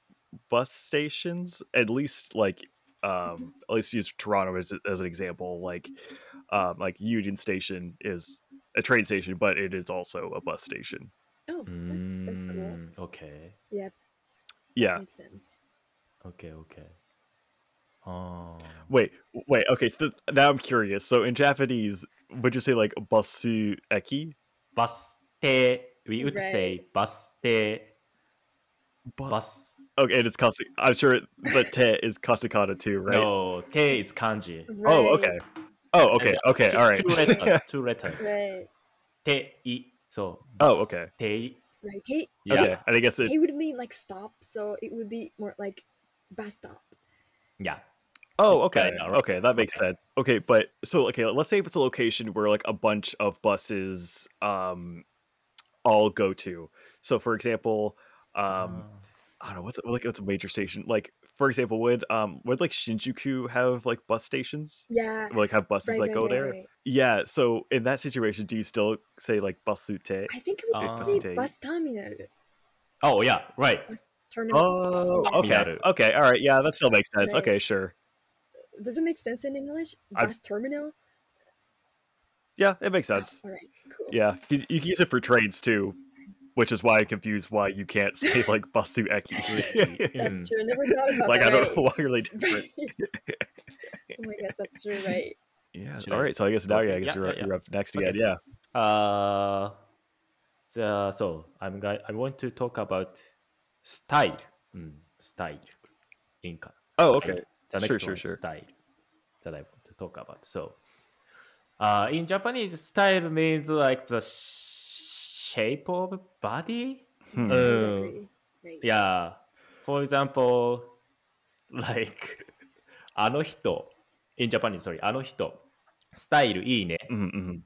Speaker 1: bus stations. At least, like, um, at least use Toronto as as an example. Like, um, like Union Station is a train station, but it is also a bus station.
Speaker 3: Oh, that that's cool.
Speaker 2: Mm, Okay.
Speaker 1: Mm-hmm. Yeah.
Speaker 3: makes sense.
Speaker 2: Okay. Okay. Oh.
Speaker 1: Wait, wait. Okay. So th- now I'm curious. So in Japanese, would you say like basu eki?
Speaker 2: Bus te. We would
Speaker 3: Right.
Speaker 2: say bus te. Bus.
Speaker 1: Okay, and it's Katsu. I'm sure the te is katakana too, right?
Speaker 2: No, te is kanji.
Speaker 3: Right,
Speaker 1: Oh, okay. Oh, okay, okay,
Speaker 2: Two-
Speaker 1: all right.
Speaker 2: Two letters. Two letters.
Speaker 3: Right,
Speaker 2: Te i. So.
Speaker 1: Oh,
Speaker 2: bus
Speaker 1: okay.
Speaker 2: Te.
Speaker 3: right. Hey,
Speaker 2: Yeah.
Speaker 1: Okay, and I guess it.
Speaker 3: hey would mean like stop, so it would be more like bus stop.
Speaker 2: Yeah.
Speaker 1: Oh, okay,
Speaker 2: Yeah, right.
Speaker 1: okay, that makes
Speaker 2: Okay.
Speaker 1: sense. Okay, but so okay, let's say if it's a location where like a bunch of buses um all go to. So, for example, um,
Speaker 2: Ah.
Speaker 1: I don't know what's like what's a major station. Like, for example, would um would like Shinjuku have like bus stations?
Speaker 3: Yeah.
Speaker 1: Like have buses
Speaker 3: right,
Speaker 1: that
Speaker 3: right,
Speaker 1: go
Speaker 3: right,
Speaker 1: there?
Speaker 3: right.
Speaker 1: Yeah. So in that situation, do you still say like Eh, busute?
Speaker 3: I think it would
Speaker 2: Ah.
Speaker 3: be
Speaker 1: Busute.
Speaker 3: bus terminal.
Speaker 2: Oh yeah, right.
Speaker 3: Terminal.
Speaker 1: Oh,
Speaker 3: Yeah.
Speaker 1: okay.
Speaker 2: Miyaru.
Speaker 1: Okay. All right. Yeah, that still makes sense.
Speaker 3: Right.
Speaker 1: Okay, sure.
Speaker 3: Does it make sense in English?
Speaker 1: I-
Speaker 3: Bus terminal?
Speaker 1: Yeah, it makes
Speaker 3: Oh,
Speaker 1: sense.
Speaker 3: all right, cool.
Speaker 1: Yeah, you, you can use it for trains too, which is why I'm confused why you can't say like basu eki.
Speaker 3: That's true. I never thought about
Speaker 1: mm. like
Speaker 3: that.
Speaker 1: I don't
Speaker 3: right?
Speaker 1: know why you're like different.
Speaker 3: oh my gosh, that's true, right?
Speaker 1: Yeah.
Speaker 2: Should
Speaker 1: All
Speaker 2: I-
Speaker 1: right. So I guess now
Speaker 2: Okay,
Speaker 1: yeah, I guess
Speaker 2: yeah,
Speaker 1: you're,
Speaker 2: yeah, yeah.
Speaker 1: you're up next
Speaker 2: Okay.
Speaker 1: again. Yeah.
Speaker 2: Uh, the, so I'm going. I want to talk about style. Mm, style. In Ka-
Speaker 1: Oh,
Speaker 2: style.
Speaker 1: okay.
Speaker 2: The next
Speaker 1: Sure, sure,
Speaker 2: one is
Speaker 1: sure.
Speaker 2: style that I want to talk about. So, uh, in Japanese, style means like the sh- shape of body.
Speaker 1: Hmm.
Speaker 3: I would
Speaker 2: Um,
Speaker 3: agree, right.
Speaker 2: Yeah. For example, like あの人 in Japanese, sorry, あの人スタイルいいね
Speaker 1: Mhm, mhm.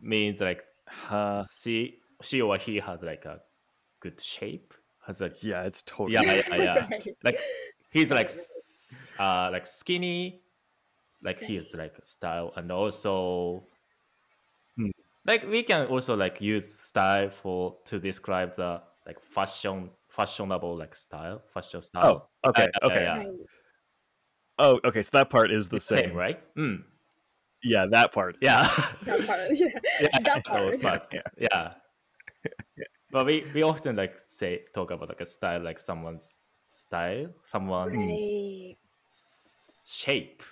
Speaker 2: means like uh,
Speaker 1: Huh.
Speaker 2: she she or he has like a good shape has a
Speaker 1: yeah, it's totally.
Speaker 2: yeah yeah yeah
Speaker 3: Right.
Speaker 2: like he's like
Speaker 3: Sorry.
Speaker 2: s- uh like skinny like he's like style and also
Speaker 1: Hmm.
Speaker 2: like we can also like use style for to describe the like fashion fashionable like style fashion
Speaker 1: Oh,
Speaker 2: style
Speaker 1: okay,
Speaker 2: yeah,
Speaker 1: okay.
Speaker 2: yeah.
Speaker 3: Right.
Speaker 1: Oh, okay. So that part is the
Speaker 2: It's
Speaker 1: same.
Speaker 2: right mm,
Speaker 1: Yeah, that part.
Speaker 2: yeah
Speaker 3: That part. Yeah.
Speaker 2: yeah
Speaker 3: That
Speaker 2: I know,
Speaker 3: part.
Speaker 2: but yeah but we we often like say talk about like a style like someone's style someone's
Speaker 1: Hmm.
Speaker 3: Right.
Speaker 2: s- shape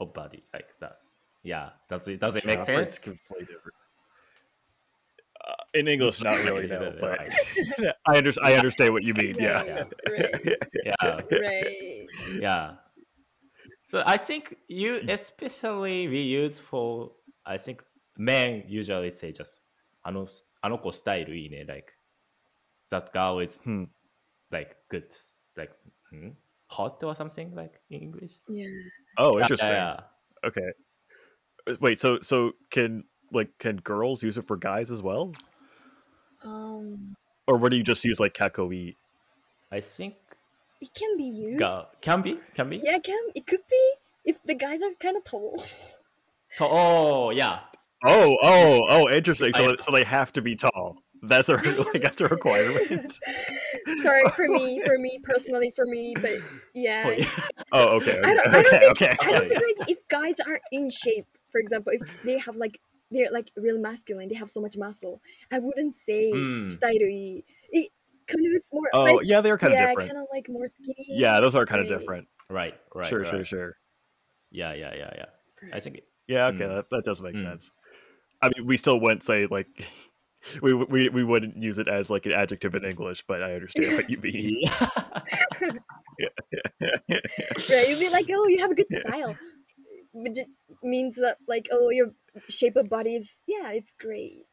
Speaker 2: of body like that yeah does it does it make
Speaker 1: Yeah, part's
Speaker 2: sense
Speaker 1: completely different. Uh, in English, not really,
Speaker 2: Yeah,
Speaker 1: no.
Speaker 2: yeah,
Speaker 1: But
Speaker 2: right.
Speaker 1: I, under- I understand what you mean. Yeah.
Speaker 3: Right. Right.
Speaker 2: yeah
Speaker 3: Right.
Speaker 2: yeah so i think you
Speaker 1: Mm.
Speaker 2: especially we use for i think men usually say just あのあの子スタイルいいね like that girl is
Speaker 1: Hmm.
Speaker 2: like good like hmm, hot or something like in english
Speaker 3: Yeah.
Speaker 1: Oh,
Speaker 2: Yeah,
Speaker 1: interesting.
Speaker 2: yeah,
Speaker 1: Okay. Uh, Wait, so so can like can girls use it for guys as well?
Speaker 3: Um,
Speaker 1: Or what do you just use like kakoi?
Speaker 2: i think
Speaker 3: it can be used.
Speaker 2: girl can be can be
Speaker 3: Yeah, it can. It could be if the guys are kind of tall.
Speaker 2: To- oh yeah
Speaker 1: Oh, oh, oh, interesting. So
Speaker 2: I-
Speaker 1: so they have to be tall. That's a re- like, that's a requirement.
Speaker 3: Sorry for me, for me personally, for me, but yeah.
Speaker 2: Oh, yeah.
Speaker 1: Oh, okay.
Speaker 3: I
Speaker 1: Okay.
Speaker 3: don't- I don't
Speaker 1: okay,
Speaker 3: think-
Speaker 1: okay.
Speaker 3: I don't
Speaker 2: Yeah.
Speaker 3: think like if guys are in shape, for example, if they have like they're like real masculine, they have so much muscle. I wouldn't say
Speaker 2: Mm.
Speaker 3: styley. It connotes more
Speaker 1: Oh,
Speaker 3: like
Speaker 1: yeah, they're kind of
Speaker 3: yeah,
Speaker 1: different.
Speaker 3: kind of like more skinny.
Speaker 1: Yeah, those are kind of
Speaker 3: Right.
Speaker 1: different.
Speaker 2: right right
Speaker 1: sure,
Speaker 2: right.
Speaker 1: sure, sure. Hmm.
Speaker 2: yeah yeah yeah yeah i think
Speaker 1: Yeah, okay,
Speaker 2: Mm.
Speaker 1: that, that does make
Speaker 2: Mm.
Speaker 1: sense. I mean, we still wouldn't say like we, we we wouldn't use it as like an adjective in English, but I understand what you mean.
Speaker 2: yeah
Speaker 3: right. You'd be like, oh, you have a good style. But ju- means that like oh your shape of body is yeah it's great.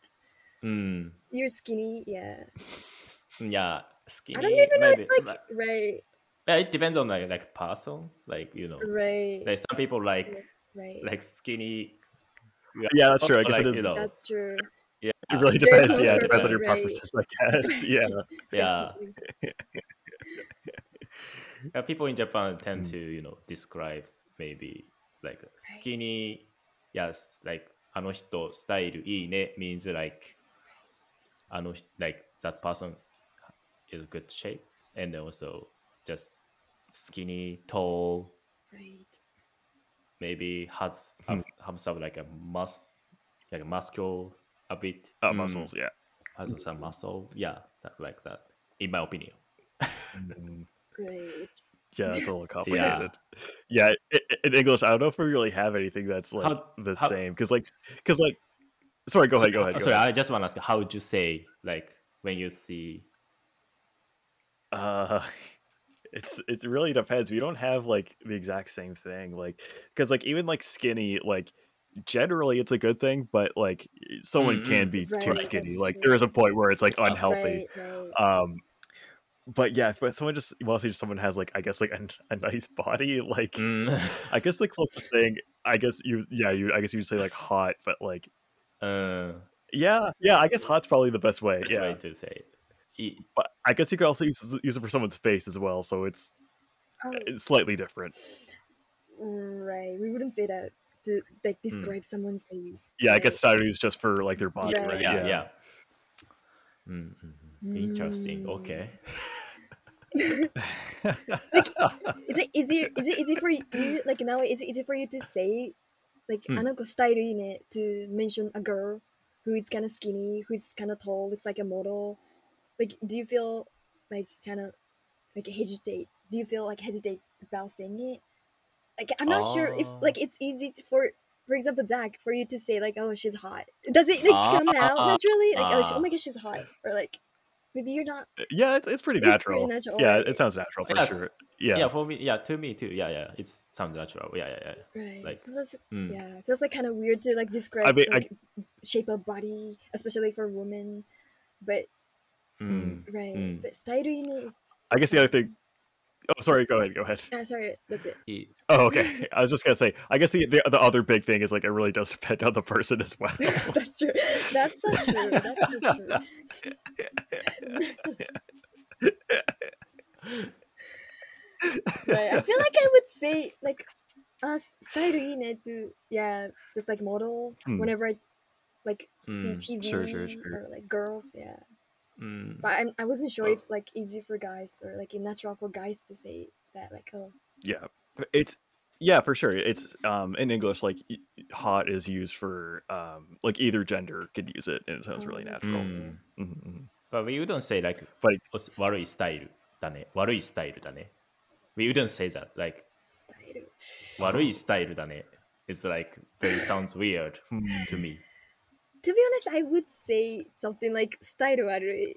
Speaker 2: Mm.
Speaker 3: You're skinny, yeah.
Speaker 2: Yeah, skinny.
Speaker 3: I don't even know.
Speaker 2: maybe,
Speaker 3: It's like
Speaker 2: but-
Speaker 3: right,
Speaker 2: Yeah, it depends on like like person. Like you know,
Speaker 3: right,
Speaker 2: like some people like
Speaker 3: right.
Speaker 2: like skinny.
Speaker 1: Yeah, that's true. I guess it
Speaker 2: like,
Speaker 1: is-
Speaker 2: You know,
Speaker 3: That's true.
Speaker 2: yeah,
Speaker 1: It really
Speaker 3: Very
Speaker 1: depends. Yeah, it depends on your
Speaker 3: conservative,
Speaker 1: preferences, I guess. Yeah.
Speaker 2: yeah.
Speaker 3: Definitely.
Speaker 2: Yeah, people in Japan tend
Speaker 1: Mm.
Speaker 2: to you know describe maybe like skinny. Yes, like あの人スタイルいいね means like あの like that person is good shape and then also just skinny tall
Speaker 3: Right.
Speaker 2: maybe has
Speaker 1: Hmm.
Speaker 2: have, have some like a mus like a muscle a bit
Speaker 1: Uh,
Speaker 2: Mm,
Speaker 1: Muscles. Yeah.
Speaker 2: has
Speaker 1: Mm-hmm.
Speaker 2: some muscle yeah stuff like that in my opinion
Speaker 3: Right.
Speaker 1: Mm-hmm. Yeah, it's a little complicated. Yeah, i i- in English, I don't know if we really have anything that's like
Speaker 2: How-
Speaker 1: the
Speaker 2: how- Oh,
Speaker 1: same because, like, because like, sorry, go ahead, go ahead. Go
Speaker 2: sorry
Speaker 1: ahead.
Speaker 2: i just want to ask how would you say like when you see
Speaker 1: Uh, it's it really depends. We don't have like the exact same thing, like because like even like skinny, like generally it's a good thing, but like someone can
Speaker 2: Mm,
Speaker 1: be too
Speaker 3: Right,
Speaker 1: skinny.
Speaker 3: that's
Speaker 1: Like
Speaker 3: true.
Speaker 1: there is a point where it's like unhealthy.
Speaker 3: Right. Right.
Speaker 1: Um, but yeah, but someone just mostly just someone has like I guess like a, n- a nice body, like.
Speaker 2: Mm.
Speaker 1: I guess the closest thing, I guess you, yeah, you, I guess you'd say like hot, but like,
Speaker 2: uh,
Speaker 1: yeah, yeah, I guess hot's probably the best way.
Speaker 2: best
Speaker 1: yeah,
Speaker 2: way to say it. E-
Speaker 1: but I guess you could also use use it for someone's face as well, so it's,
Speaker 3: Oh,
Speaker 1: it's slightly different.
Speaker 3: right. We wouldn't say that to like describe someone's face.
Speaker 1: Hmm. Yeah, I
Speaker 3: right.
Speaker 1: guess Saturday is just for like their body, right?
Speaker 3: Right.
Speaker 2: yeah yeah,
Speaker 1: yeah.
Speaker 2: Mm, mm, mm. interesting
Speaker 3: Mm.
Speaker 2: okay
Speaker 3: Is it easier? Is it easy for you? Like now, is it easy for you to say, like,
Speaker 2: Hmm.
Speaker 3: あの子スタイルいいね eh, to mention a girl who is kind of skinny, who's kind of tall, looks like a model? Like, do you feel like kind of like hesitate? Do you feel like hesitate about saying it? Like, I'm not sure if
Speaker 2: Ah.
Speaker 3: like it's easy to, for. For example, Zach, for you to say like, "Oh, she's hot," does it like come out
Speaker 2: Ah.
Speaker 3: naturally? Like, oh, she, "Oh
Speaker 2: Ah.
Speaker 3: my god, she's hot," or like, maybe you're not.
Speaker 1: yeah, it's, it's pretty
Speaker 3: It's
Speaker 1: natural.
Speaker 3: pretty natural.
Speaker 1: yeah,
Speaker 3: right?
Speaker 1: it sounds natural for
Speaker 2: Yes.
Speaker 1: sure. Yeah,
Speaker 2: yeah. for me yeah to me too yeah yeah it sounds natural yeah yeah yeah
Speaker 3: Right.
Speaker 2: like,
Speaker 3: Sometimes
Speaker 2: Mm.
Speaker 3: Yeah, it feels like kind of weird to like describe
Speaker 1: mean, I-
Speaker 3: like shape of body, especially for women. But
Speaker 2: Mm.
Speaker 3: right,
Speaker 2: Mm.
Speaker 3: but style is.
Speaker 1: I guess the other thing. Oh, sorry. Go ahead. Go ahead.
Speaker 3: Ah, sorry, that's it.
Speaker 2: E-
Speaker 1: Oh, okay. I was just gonna say. I guess the, the the other big thing is like it really does depend on the person as well.
Speaker 3: that's true. That's so true. That's so true. right. I feel like I would say like, uh, style to yeah, just like model
Speaker 1: Hmm.
Speaker 3: whenever I like
Speaker 2: Mm,
Speaker 3: see TV
Speaker 1: sure, sure, sure.
Speaker 3: or like girls, yeah.
Speaker 2: mm.
Speaker 3: But I'm, I wasn't sure
Speaker 2: Oh.
Speaker 3: if like easy for guys or like natural for guys to say that like oh
Speaker 1: yeah it's yeah for sure it's um in english like y- y- hot is used for um like either gender could use it and it sounds really
Speaker 3: Oh, that's
Speaker 1: natural
Speaker 2: Mm.
Speaker 1: Mhm,
Speaker 2: But we wouldn't say like
Speaker 1: Like-
Speaker 2: おす悪いスタイルだね。悪いスタイルだね。We wouldn't say that. Like
Speaker 3: style.
Speaker 2: 悪いスタイルだね。It's like very sounds weird
Speaker 1: mhm.
Speaker 2: to me.
Speaker 3: To be honest, I would say something like style warui.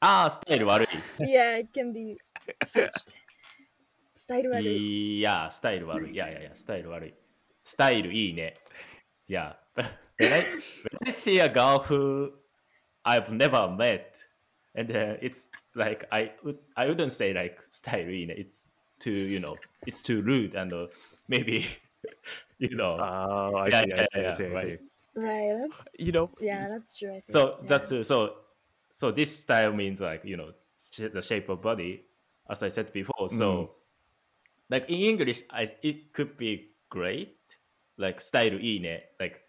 Speaker 2: ああ、スタイル悪
Speaker 3: Yeah, it can be switched. Style warui.
Speaker 2: い。いや、スタイル悪い。いやいやいや、スタイル悪い。スタイルいいね。Yeah. But when I, when I see a girl who I've never met, and then it's like I would I wouldn't say like style いいね。It's too you know it's too rude and、uh, maybe you know.
Speaker 1: oh i
Speaker 2: Yeah,
Speaker 1: see
Speaker 2: yeah,
Speaker 1: i see i
Speaker 2: yeah,
Speaker 1: see, I see.
Speaker 2: right.
Speaker 3: Right. That's
Speaker 1: you know
Speaker 3: yeah. That's true. I think.
Speaker 2: so
Speaker 3: yeah.
Speaker 2: that's uh, so so this style means like you know sh- the shape of body as i said before so like in english I, it could be great like style ine like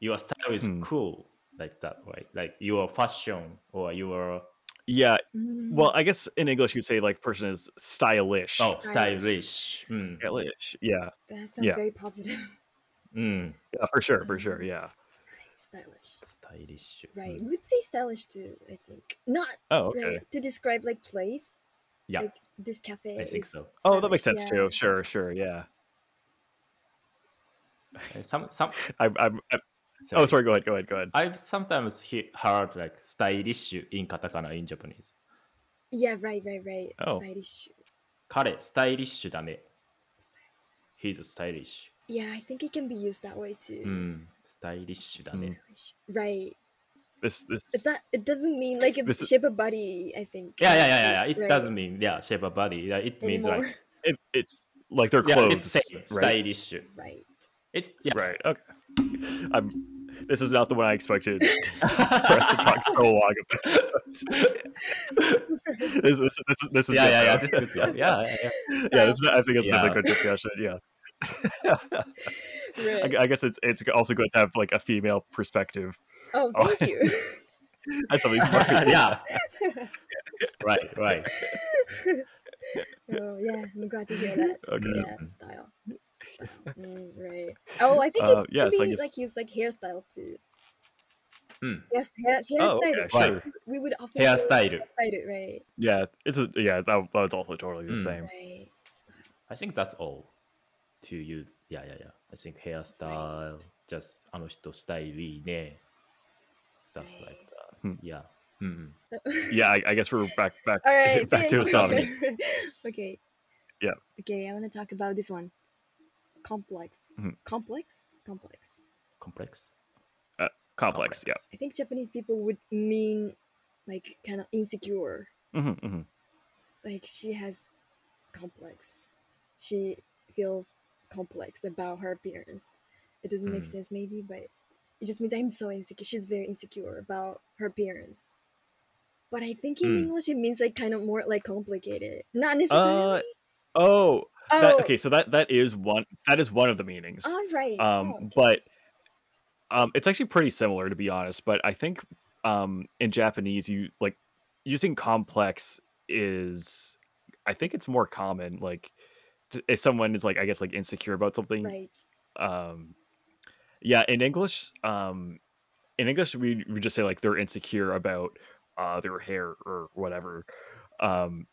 Speaker 2: your style is
Speaker 1: Mm.
Speaker 2: cool like that right like your fashion or your
Speaker 1: yeah
Speaker 3: Mm.
Speaker 1: well i guess in english you'd say like person is stylish
Speaker 2: oh
Speaker 3: Stylish.
Speaker 2: stylish mm.
Speaker 1: stylish yeah
Speaker 3: that sounds
Speaker 1: yeah.
Speaker 3: very positive.
Speaker 2: Mm.
Speaker 1: yeah for sure for sure yeah
Speaker 3: stylish.
Speaker 2: stylish
Speaker 3: Right.
Speaker 2: Mm.
Speaker 3: We would say stylish too. I think not
Speaker 1: oh okay
Speaker 3: right to describe like place.
Speaker 2: Yeah.
Speaker 3: Like this cafe.
Speaker 2: I think
Speaker 3: is
Speaker 2: so.
Speaker 1: oh that makes
Speaker 3: stylish,
Speaker 1: sense
Speaker 3: yeah.
Speaker 1: too sure sure yeah
Speaker 2: Uh, some some
Speaker 1: i'm, I'm, I'm oh sorry go ahead go ahead go ahead
Speaker 2: i've sometimes he- heard like stylish in katakana in japanese
Speaker 3: Yeah. Right. Right. Right.
Speaker 1: Oh.
Speaker 3: Stylish.
Speaker 2: 彼、スタイリッシュだね。He's stylish.
Speaker 3: yeah, I think it can be used that way too.
Speaker 1: Hmm.
Speaker 2: うん、スタイリッシュだね。
Speaker 3: Right.
Speaker 1: This this
Speaker 3: It's not, it doesn't mean like
Speaker 1: This
Speaker 3: a
Speaker 1: is-
Speaker 3: shape of body, I think.
Speaker 2: Yeah, yeah, yeah, yeah. It
Speaker 3: Right.
Speaker 2: doesn't mean yeah, shape of body. Yeah, It means
Speaker 3: Anymore.
Speaker 2: like
Speaker 1: it, it like their
Speaker 2: yeah,
Speaker 1: clothes.
Speaker 2: it's same
Speaker 1: right?
Speaker 2: stylish.
Speaker 3: Right.
Speaker 2: It's yeah.
Speaker 1: Right. Okay. I'm. This was not the one I expected for us to talk so long about. this, this, this, is- this is
Speaker 2: yeah,
Speaker 1: good,
Speaker 2: yeah, yeah.
Speaker 1: though.
Speaker 2: This is good. Yeah, yeah, yeah.
Speaker 1: yeah, this is, I think it's been a
Speaker 2: Yeah.
Speaker 1: good discussion. Yeah, I,
Speaker 3: Right.
Speaker 1: gu- I guess it's it's also good to have like a female perspective
Speaker 3: Oh,
Speaker 1: Oh.
Speaker 3: thank you.
Speaker 1: on some of these
Speaker 2: yeah.
Speaker 1: markets.
Speaker 2: yeah. Right, right.
Speaker 3: oh, yeah, I'm glad to hear that.
Speaker 1: Okay.
Speaker 3: Yeah, style. Style. Mm, right. Oh, I think it
Speaker 1: Uh, yeah,
Speaker 3: could
Speaker 1: so I
Speaker 3: be
Speaker 1: guess- Hmm.
Speaker 3: like use like hairstyle too.
Speaker 2: Mm.
Speaker 3: Yes, hair, hairstyle.
Speaker 1: Oh, okay,
Speaker 2: Right.
Speaker 1: sure.
Speaker 3: We would often say
Speaker 2: Hairstyle.
Speaker 3: hairstyle, right?
Speaker 1: Yeah, it's a, yeah that, that was also totally the same.
Speaker 2: Mm.
Speaker 3: Right. Style.
Speaker 2: I think that's all to use. Yeah, yeah, yeah. I think hairstyle, just あの人スタイリーね。stuff like
Speaker 1: Hmm.
Speaker 2: that. Yeah. うん。
Speaker 1: Yeah, I, I guess we're back back
Speaker 3: All right.
Speaker 1: back to
Speaker 3: thanks.
Speaker 1: Asami.
Speaker 3: okay.
Speaker 1: Yeah.
Speaker 3: Okay, I want to talk about this one. Complex.
Speaker 1: Mhm.
Speaker 3: Complex? Complex.
Speaker 2: Complex.
Speaker 1: Complex.
Speaker 3: I think Japanese people would mean like kind of insecure.
Speaker 1: Yeah. hmm hmm
Speaker 3: Like she has complex. She feels complex about her appearance. It doesn't make
Speaker 2: Mm.
Speaker 3: sense maybe, but it just means I'm so insecure. She's very insecure about her appearance. But I think in
Speaker 2: Mm.
Speaker 3: English it means like kind of more like complicated. Not necessarily.
Speaker 1: Uh, oh, that,
Speaker 3: oh,
Speaker 1: okay. So that that is one that is one of the meanings.
Speaker 3: all right.
Speaker 1: um
Speaker 3: Oh, okay.
Speaker 1: but um it's actually pretty similar to be honest but i think um in japanese you like using complex is i think it's more common like t- if someone is like i guess like insecure about something
Speaker 3: right.
Speaker 1: um yeah in english um in english we we just say like they're insecure about uh their hair or whatever um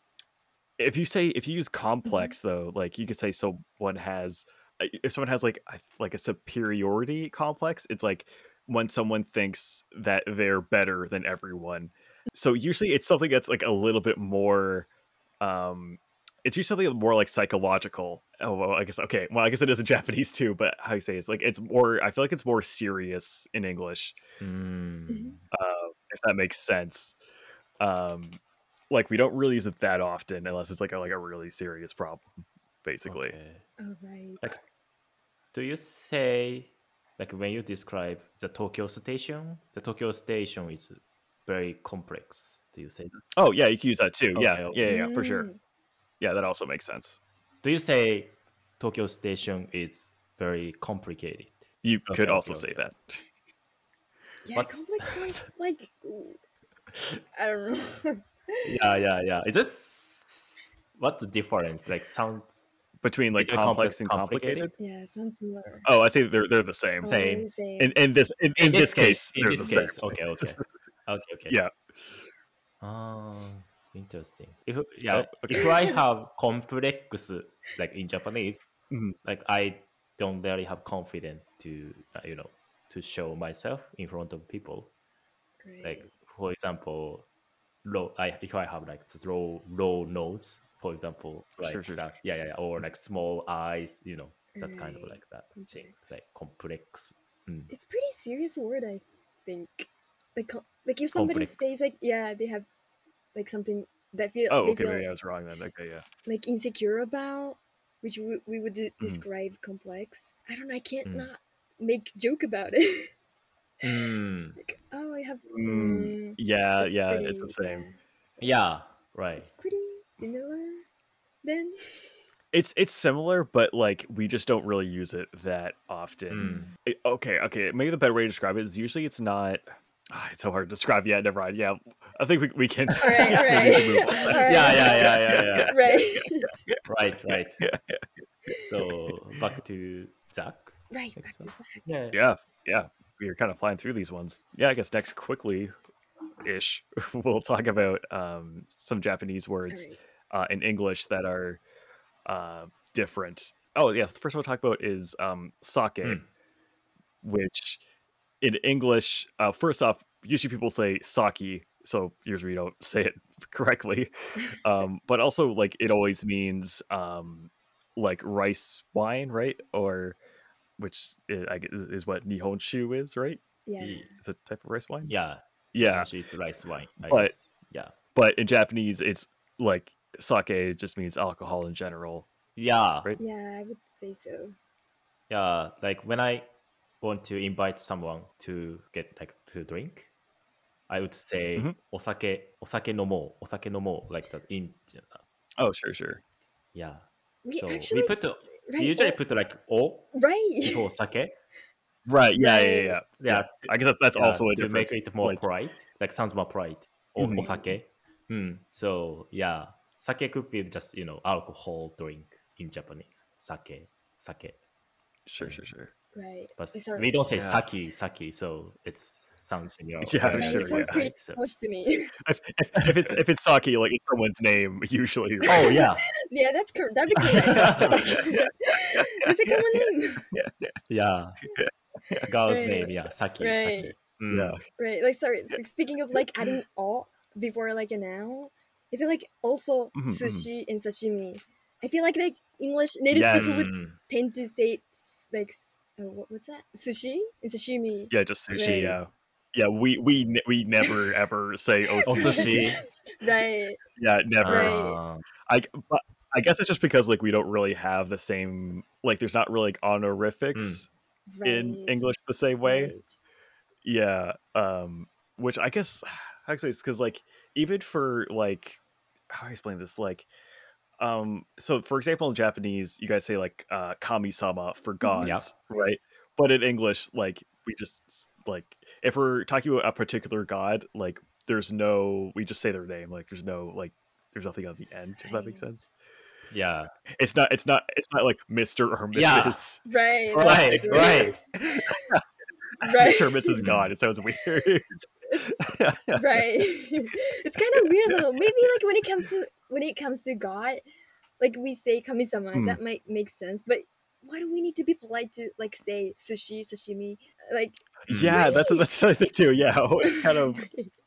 Speaker 1: if you say if you use complex though like you could say someone has I- if someone has like a- like a superiority complex it's like when someone thinks that they're better than everyone so usually it's something that's like a little bit more um it's usually something more like psychological. Oh well, I guess okay. Well, I guess it is in Japanese too, but how you say it's like it's more. I feel like it's more serious in English,
Speaker 2: うん。
Speaker 1: if that makes sense. Um, like we don't really use it that often unless it's like a, like a really serious problem, basically.
Speaker 2: Okay.
Speaker 3: Oh, right.
Speaker 2: Like, do you say like when you describe the Tokyo station, the Tokyo station is very complex? Do you say that?
Speaker 1: Oh yeah, you can use that too. yeah,
Speaker 2: Okay,
Speaker 1: yeah, yeah, yeah, for sure.
Speaker 3: Mm.
Speaker 1: Yeah, that also makes sense.
Speaker 2: Do you say Tokyo station is very complicated?
Speaker 1: You could
Speaker 2: okay,
Speaker 1: also
Speaker 2: okay,
Speaker 1: say
Speaker 2: okay.
Speaker 1: that.
Speaker 3: Yeah,
Speaker 2: But-
Speaker 3: complex sounds like ooh, I don't know.
Speaker 2: Yeah, yeah, yeah. Is this what's the difference? Like sounds
Speaker 1: Between like
Speaker 2: Yeah,
Speaker 1: complex,
Speaker 2: complex-
Speaker 1: and
Speaker 2: complicated?
Speaker 1: complicated.
Speaker 3: yeah, sounds similar.
Speaker 1: Oh, I'd say they're they're the same.
Speaker 3: Oh,
Speaker 2: Same.
Speaker 3: the same.
Speaker 1: In in this in, in, this case,
Speaker 2: in
Speaker 1: they're
Speaker 2: this
Speaker 1: the
Speaker 2: case.
Speaker 1: same.
Speaker 2: Okay, okay, okay, okay.
Speaker 1: Yeah.
Speaker 2: Oh, interesting. If yeah,
Speaker 1: Oh, okay.
Speaker 2: if I have complex like in Japanese,
Speaker 1: Mhm.
Speaker 2: like I don't really have confidence to uh, you know to show myself in front of people. Like
Speaker 3: Right.
Speaker 2: for example, low. I if I have like the low low nose, for example, like
Speaker 1: Sure, sure,
Speaker 2: that. Yeah, yeah, yeah, or like small eyes. You know, that's kind of
Speaker 3: Right.
Speaker 2: like that things
Speaker 3: Complex.
Speaker 2: like complex.
Speaker 3: it's pretty serious word, I think. Like, co- like if somebody
Speaker 2: Complex.
Speaker 3: says like, yeah, they have like something that feel
Speaker 1: Oh,
Speaker 3: they
Speaker 1: okay.
Speaker 3: feel
Speaker 1: Maybe I was wrong then. Okay, yeah.
Speaker 3: like insecure about, which we, we would de-
Speaker 1: Mhm.
Speaker 3: describe complex. I don't know. I can't
Speaker 1: Mm-hmm.
Speaker 2: Mm.
Speaker 3: not make joke about it.
Speaker 2: Mm,
Speaker 3: like, oh, I have.
Speaker 1: Mm,
Speaker 3: mm,
Speaker 1: Yeah,
Speaker 3: it's
Speaker 1: yeah, it's the
Speaker 3: pretty-
Speaker 1: same.
Speaker 3: so
Speaker 2: yeah, right.
Speaker 3: It's pretty similar then.
Speaker 1: It's it's similar, but like we just don't really use it that often.
Speaker 2: Mm.
Speaker 1: I- okay, okay. Maybe the better way to describe it is usually it's not. Ah, it's so hard to describe. Yeah, never mind. Yeah, I think we, we can.
Speaker 3: All right, all
Speaker 1: I think we
Speaker 3: right.
Speaker 1: can move on.
Speaker 3: All
Speaker 2: Yeah,
Speaker 3: right.
Speaker 2: yeah, yeah, yeah, yeah. right,
Speaker 3: Right.
Speaker 2: right. So back to Zach.
Speaker 3: right.
Speaker 2: Next
Speaker 3: Back to
Speaker 2: one.
Speaker 3: Zach.
Speaker 2: Yeah.
Speaker 1: Yeah, yeah. We're kind of flying through these ones. Yeah, I guess next quickly, ish, we'll talk about um, some Japanese
Speaker 3: All
Speaker 1: words
Speaker 3: right.
Speaker 1: uh, in English that are uh, different. Oh yes, the first one we'll talk about is um, sake,
Speaker 2: Mm.
Speaker 1: which in English, uh, first off, usually people say sake, so usually we don't say it correctly.
Speaker 2: uh,
Speaker 1: Um, but also, like it always means um, like rice wine, right? Or which is, I guess, is what Nihonshu is, right?
Speaker 3: yeah.
Speaker 1: It's a type of rice wine.
Speaker 2: Yeah,
Speaker 1: Yeah,
Speaker 2: she's rice wine. I
Speaker 1: But-
Speaker 2: guess. yeah,
Speaker 1: but in Japanese, it's like sake just means alcohol in general.
Speaker 2: yeah,
Speaker 1: Right.
Speaker 3: Yeah, I would say so.
Speaker 2: yeah. Like when I want to invite someone to get like to drink, I would say
Speaker 1: Mhm.
Speaker 2: osake, osake no mo, osake no mo, like that in.
Speaker 1: Oh, sure, sure.
Speaker 2: Yeah,
Speaker 3: We
Speaker 2: so
Speaker 3: actually
Speaker 2: we put the,
Speaker 3: right,
Speaker 2: we usually
Speaker 3: oh,
Speaker 2: put like o
Speaker 3: right.
Speaker 2: before sake.
Speaker 1: Right. Yeah,
Speaker 3: Yeah,
Speaker 1: yeah,
Speaker 3: yeah,
Speaker 1: yeah.
Speaker 2: Yeah,
Speaker 1: I guess that's, that's
Speaker 2: yeah,
Speaker 1: also a
Speaker 2: to
Speaker 1: difference.
Speaker 2: make it more
Speaker 1: like-
Speaker 2: polite, like sounds more polite or
Speaker 1: Mhm.
Speaker 2: osake. Mm, so yeah, sake could be just you know alcohol drink in Japanese. Sake, sake,
Speaker 1: Sure, sure, sure.
Speaker 3: Right.
Speaker 2: but
Speaker 3: It's our-
Speaker 2: we don't say
Speaker 1: Yeah.
Speaker 2: sake, sake. So it sounds similar.
Speaker 1: Yeah,
Speaker 2: right?
Speaker 1: sure,
Speaker 3: It sounds
Speaker 1: yeah.
Speaker 3: pretty
Speaker 2: So-
Speaker 3: much to me.
Speaker 1: If, if, if it's if it's sake, like it's someone's name usually. right?
Speaker 2: oh yeah,
Speaker 3: yeah, that's correct. That'd be correct. It's a common name.
Speaker 2: yeah. Girl's
Speaker 3: Right.
Speaker 2: name, yeah, sake,
Speaker 3: Right.
Speaker 2: sake. Mm,
Speaker 1: Yeah.
Speaker 3: Right. Like sorry, s- speaking of like adding all before like a noun, I feel like also
Speaker 2: Mm-hmm,
Speaker 1: Mhm, mhm.
Speaker 3: sushi and sashimi. I feel like like English native people would
Speaker 2: Mm,
Speaker 3: tend to say s- like s- uh, what was that? Sushi and sashimi.
Speaker 1: Yeah, just sushi.
Speaker 3: Right.
Speaker 1: Yeah, yeah. We we ne- we never ever say oh
Speaker 2: Oh,
Speaker 1: sushi.
Speaker 2: sushi.
Speaker 3: Right.
Speaker 1: Yeah, never.
Speaker 3: Right.
Speaker 2: Ah,
Speaker 1: I but I guess it's just because like we don't really have the same like there's not really like honorifics
Speaker 2: Hmm.
Speaker 3: Right.
Speaker 1: in English the same way.
Speaker 3: right.
Speaker 1: Yeah. Um which I guess actually it's cuz like even for like how do I explain this like um so for example in Japanese you guys say like uh kami-sama for gods, right? But in English like we just like if we're talking about a particular god like there's no we just say their name like there's no like there's nothing on the end if that makes
Speaker 3: Right.
Speaker 1: sense.
Speaker 2: yeah,
Speaker 1: It's not. It's not. It's not like Mister or
Speaker 2: Yeah.
Speaker 1: Mrs.
Speaker 3: Right.
Speaker 2: right,
Speaker 3: that's true.
Speaker 2: right.
Speaker 3: Right.
Speaker 1: Mister or Mrs. God. It sounds weird.
Speaker 3: right it's kind of weird though maybe like when it comes to when it comes to god like we say kamisama
Speaker 1: Mm.
Speaker 3: that might make sense but why do we need to be polite to like say sushi sashimi like
Speaker 1: yeah, that's
Speaker 3: Right.
Speaker 1: that's another thing too. Yeah, oh, it's kind of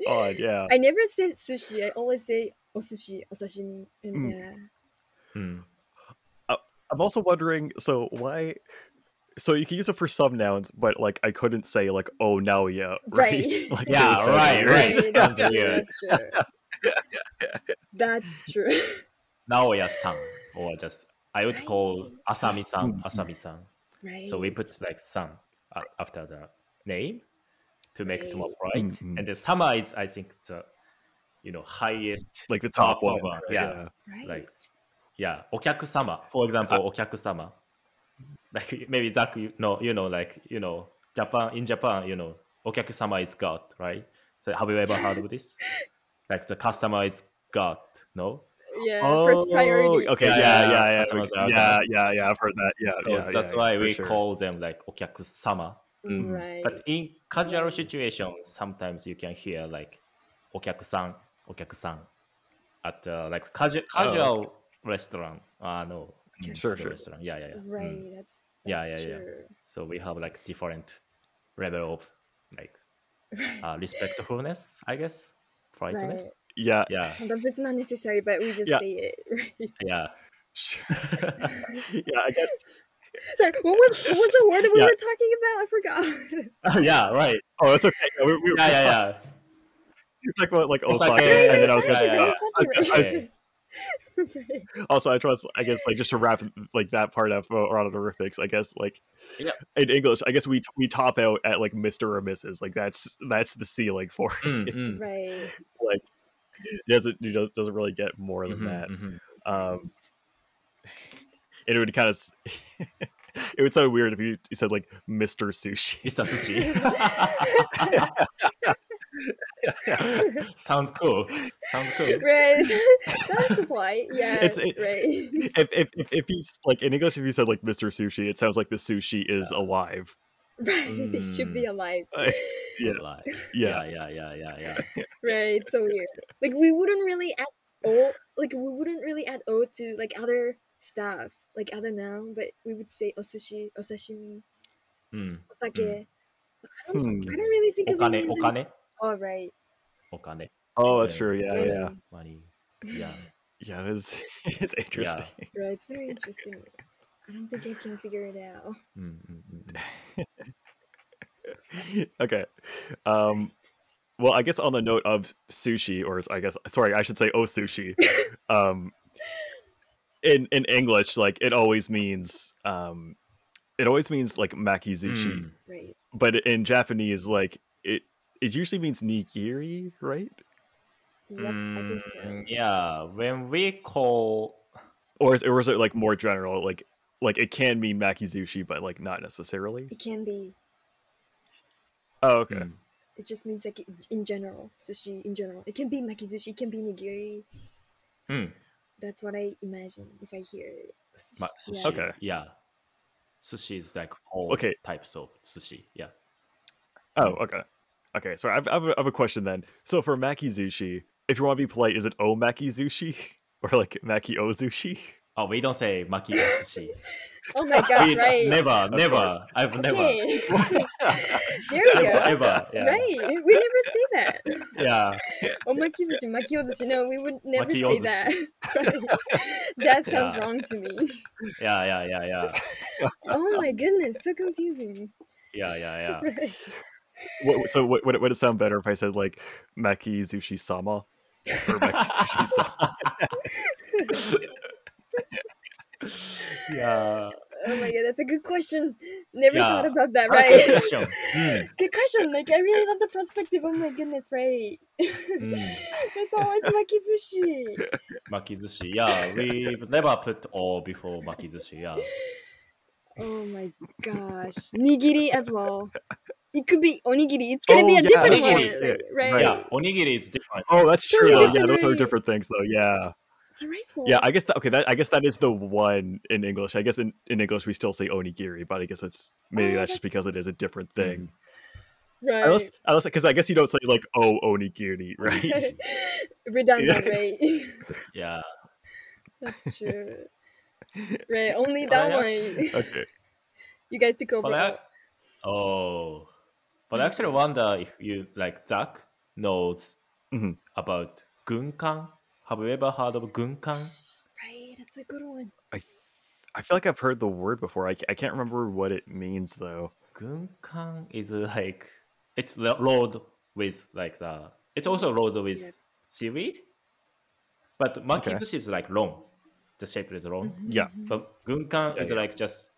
Speaker 1: odd. Yeah,
Speaker 3: i never say sushi i always say "Oh, osushi osashimi and
Speaker 1: Mm.
Speaker 3: yeah
Speaker 2: Mm,
Speaker 1: I'm also wondering. So why? So you can use it for some nouns, but like I couldn't say like oh now yeah right.
Speaker 3: Right.
Speaker 1: Like,
Speaker 2: Yeah,
Speaker 1: it sounds
Speaker 2: right,
Speaker 1: weird.
Speaker 2: right.
Speaker 3: that's,
Speaker 2: Sounds weird.
Speaker 3: true, that's true that's true
Speaker 2: Naoya-san, or just I would call Asami-san,
Speaker 1: Mm.
Speaker 2: Asami-san.
Speaker 3: right
Speaker 2: So we put like "san" a- after the name to make it more
Speaker 1: Right.
Speaker 2: bright.
Speaker 1: Mhm.
Speaker 2: And the "sama" is, I think, the you know highest.
Speaker 1: Like the top
Speaker 2: Top
Speaker 1: one.
Speaker 2: one,
Speaker 1: right?
Speaker 2: yeah.
Speaker 3: right
Speaker 2: like- Yeah, "okyakusama," for example,
Speaker 1: Uh,
Speaker 2: "okyakusama." Like maybe Zach, you know, you know, like you know, Japan in Japan, you know, "okyakusama" is God, right? So have you ever heard of this? Like the customer is God, no?
Speaker 3: yeah
Speaker 1: Oh,
Speaker 3: Uh, first priority
Speaker 1: Okay. Yeah.
Speaker 2: Yeah,
Speaker 1: Yeah.
Speaker 2: yeah,
Speaker 1: Yeah.
Speaker 2: that's
Speaker 1: Yeah.
Speaker 2: what
Speaker 1: Yeah.
Speaker 2: I was
Speaker 1: Yeah.
Speaker 2: about.
Speaker 1: I've heard that. Yeah.
Speaker 2: So
Speaker 1: Uh, yeah,
Speaker 2: that's
Speaker 1: yeah,
Speaker 2: why
Speaker 1: for
Speaker 2: we
Speaker 1: sure.
Speaker 2: call them like "okyakusama."
Speaker 1: Mm.
Speaker 3: right
Speaker 2: But in casual
Speaker 3: Right.
Speaker 2: situation, sometimes you can hear like "okyakusan," "okyakusan" at uh, like casual
Speaker 1: Oh, okay.
Speaker 2: casual restaurant. Ah, no,
Speaker 3: Okyakusan.
Speaker 1: Sure, sure.
Speaker 2: restaurant. Yeah, yeah, yeah. Mm.
Speaker 3: right that's,
Speaker 2: Yeah,
Speaker 3: that's
Speaker 2: yeah, Uh, yeah.
Speaker 3: true
Speaker 2: So we have like different level of like
Speaker 3: Right.
Speaker 2: uh, respectfulness, I guess, politeness.
Speaker 3: Right.
Speaker 1: Yeah.
Speaker 2: Yeah,
Speaker 3: Sometimes it's not necessary, but we just
Speaker 1: Yeah.
Speaker 3: say it. Right.
Speaker 2: yeah.
Speaker 1: Sure. yeah. I guess.
Speaker 3: Sorry, what was what was the word that we
Speaker 1: Yeah.
Speaker 3: were talking about? I forgot.
Speaker 2: yeah, right.
Speaker 1: Oh, that's okay. Yeah. We're, we're,
Speaker 2: Yeah, yeah, yeah.
Speaker 1: You're talking about like
Speaker 2: It's
Speaker 1: Osaka,
Speaker 2: like, uh,
Speaker 1: and then I was gonna
Speaker 2: yeah,
Speaker 1: say,
Speaker 2: yeah,
Speaker 1: yeah.
Speaker 3: Osaka,
Speaker 2: uh, Okay.
Speaker 3: right.
Speaker 1: also I trust. I guess like just to wrap like that part up uh, around honorifics. I guess like
Speaker 2: Yeah.
Speaker 1: in English, I guess we we top out at like Mister or Mrs. Like that's that's the ceiling for it.
Speaker 2: Mm, mm.
Speaker 3: right.
Speaker 1: Like it doesn't it does- doesn't really get more than
Speaker 2: Mhm,
Speaker 1: that.
Speaker 2: mhm.
Speaker 1: Um, and it would kind of it would sound weird if you you said like Mister Sushi.
Speaker 2: Mr. Sushi. Sounds cool. Sounds cool.
Speaker 3: right. That's why. Yeah.
Speaker 1: It's- it-
Speaker 3: right.
Speaker 1: If, if if if he's like in English, if you said like Mister Sushi, it sounds like the sushi is alive.
Speaker 3: Right. They should
Speaker 2: Mm.
Speaker 3: be alive.
Speaker 1: I- Yeah.
Speaker 2: Like,
Speaker 1: Yeah.
Speaker 2: yeah, yeah, yeah, yeah, yeah.
Speaker 3: right. So weird. Like we wouldn't really add o like we wouldn't really add o to like other stuff, like other noun, but we would say osushi, osashimi,
Speaker 2: Mm.
Speaker 3: osake. I don't
Speaker 1: Hmm.
Speaker 3: I don't really think of
Speaker 2: Okane,
Speaker 3: any of them.
Speaker 2: okane,
Speaker 3: Oh right.
Speaker 2: okane,
Speaker 1: Oh, that's
Speaker 2: Yeah.
Speaker 1: true. Yeah,
Speaker 3: Yeah.
Speaker 1: yeah,
Speaker 2: money. Yeah.
Speaker 1: yeah. It is. It's interesting.
Speaker 3: Right. It's very interesting. I don't think I can figure it out.
Speaker 2: Mm, mm, mm, mm.
Speaker 1: okay. Um, well, I guess on the note of sushi, or s- I guess sorry, I should say oh sushi. um, in in English, like it always means um, it always means like makizushi,
Speaker 2: Mm.
Speaker 3: Right.
Speaker 1: but in Japanese, like it it usually means nigiri, right?
Speaker 3: Yep, I think so.
Speaker 2: Mm, yeah, when we call
Speaker 1: Or is, or is it like more general, like like it can mean makizushi, but like not necessarily.
Speaker 3: It can be.
Speaker 1: Oh, okay.
Speaker 2: Mm.
Speaker 3: It just means like in- in general, sushi in general. It can be makizushi, it can be nigiri.
Speaker 2: Mm,
Speaker 3: That's what I imagine if I hear it.
Speaker 2: ma-
Speaker 3: Yeah.
Speaker 2: sushi,
Speaker 1: Okay.
Speaker 2: yeah, sushi is like all
Speaker 1: Okay.
Speaker 2: types of sushi. Yeah.
Speaker 1: Oh,
Speaker 2: Mm.
Speaker 1: okay. Okay, so I've, I've, a- I've a question then. So for makizushi, if you want to be polite, is it o makizushi or like maki o zushi?
Speaker 2: Oh, we don't say maki sushi.
Speaker 3: Oh my gosh,
Speaker 2: We-
Speaker 3: right.
Speaker 2: Never,
Speaker 1: right.
Speaker 2: never. I've never,
Speaker 3: Okay. there you
Speaker 2: ever,
Speaker 3: go.
Speaker 2: ever. Yeah.
Speaker 3: Right. We never say that.
Speaker 2: Yeah.
Speaker 3: Oh, makizushi, makiyozushi. No, we would never say
Speaker 2: Makiyozushi.
Speaker 3: that. Right. that sounds
Speaker 2: Yeah.
Speaker 3: wrong to me.
Speaker 2: Yeah. Yeah. Yeah. Yeah.
Speaker 3: Oh my goodness, so confusing.
Speaker 2: Yeah. Yeah. Yeah.
Speaker 3: Right.
Speaker 1: What, so what, would it- would it sound better if I said like makizushi sama or makizushi sama?
Speaker 2: yeah.
Speaker 3: Oh my god, that's a good question. Never
Speaker 2: Yeah.
Speaker 3: thought about that,
Speaker 2: Right.
Speaker 3: right?
Speaker 2: question. Mm,
Speaker 3: good question. Like I really love the perspective. Oh my goodness, right?
Speaker 2: mm.
Speaker 3: that's always makizushi.
Speaker 2: Makizushi. Yeah, we've never put all before makizushi. Yeah.
Speaker 3: Oh my gosh. Nigiri as well. It could be onigiri. It's gonna be
Speaker 1: Oh,
Speaker 3: a
Speaker 1: yeah,
Speaker 3: different one.
Speaker 2: onigiri.
Speaker 3: like,
Speaker 1: Yeah,
Speaker 3: right.
Speaker 1: right.
Speaker 2: Yeah. Onigiri is different.
Speaker 1: Oh, that's
Speaker 3: So
Speaker 1: true. though. Yeah,
Speaker 3: different,
Speaker 1: those are
Speaker 3: right?
Speaker 1: different things though. Yeah,
Speaker 3: It's a rice bowl.
Speaker 1: yeah. I guess that okay. That I guess that is the one in English. I guess in, in English we still say onigiri, but I guess that's maybe
Speaker 3: Oh,
Speaker 1: that's just
Speaker 3: that's- Hmm.
Speaker 1: because it is a different thing.
Speaker 3: right.
Speaker 1: Unless unless because I guess you don't say like oh onigiri, right?
Speaker 3: Redundant, right?
Speaker 2: Yeah.
Speaker 3: that's true. Right. Only
Speaker 2: But I uh,
Speaker 3: that one.
Speaker 1: okay.
Speaker 3: you guys took over.
Speaker 2: But I, oh, but I actually wonder if you like Zach knows
Speaker 1: Mhm.
Speaker 2: about gunkan. Have you ever heard of gunkan?
Speaker 3: Oh, Right. That's a good one.
Speaker 1: I th- I feel like I've heard the word before. I, ca- I can't remember what it means though.
Speaker 2: Gunkan is like it's lo- loaded with like the. It's also loaded with
Speaker 3: Yep.
Speaker 2: seaweed, but makizushi is like long. The shape is long.
Speaker 1: Yeah.
Speaker 3: Mhm.
Speaker 2: But gunkan
Speaker 1: Yeah,
Speaker 2: is
Speaker 1: yeah.
Speaker 2: like just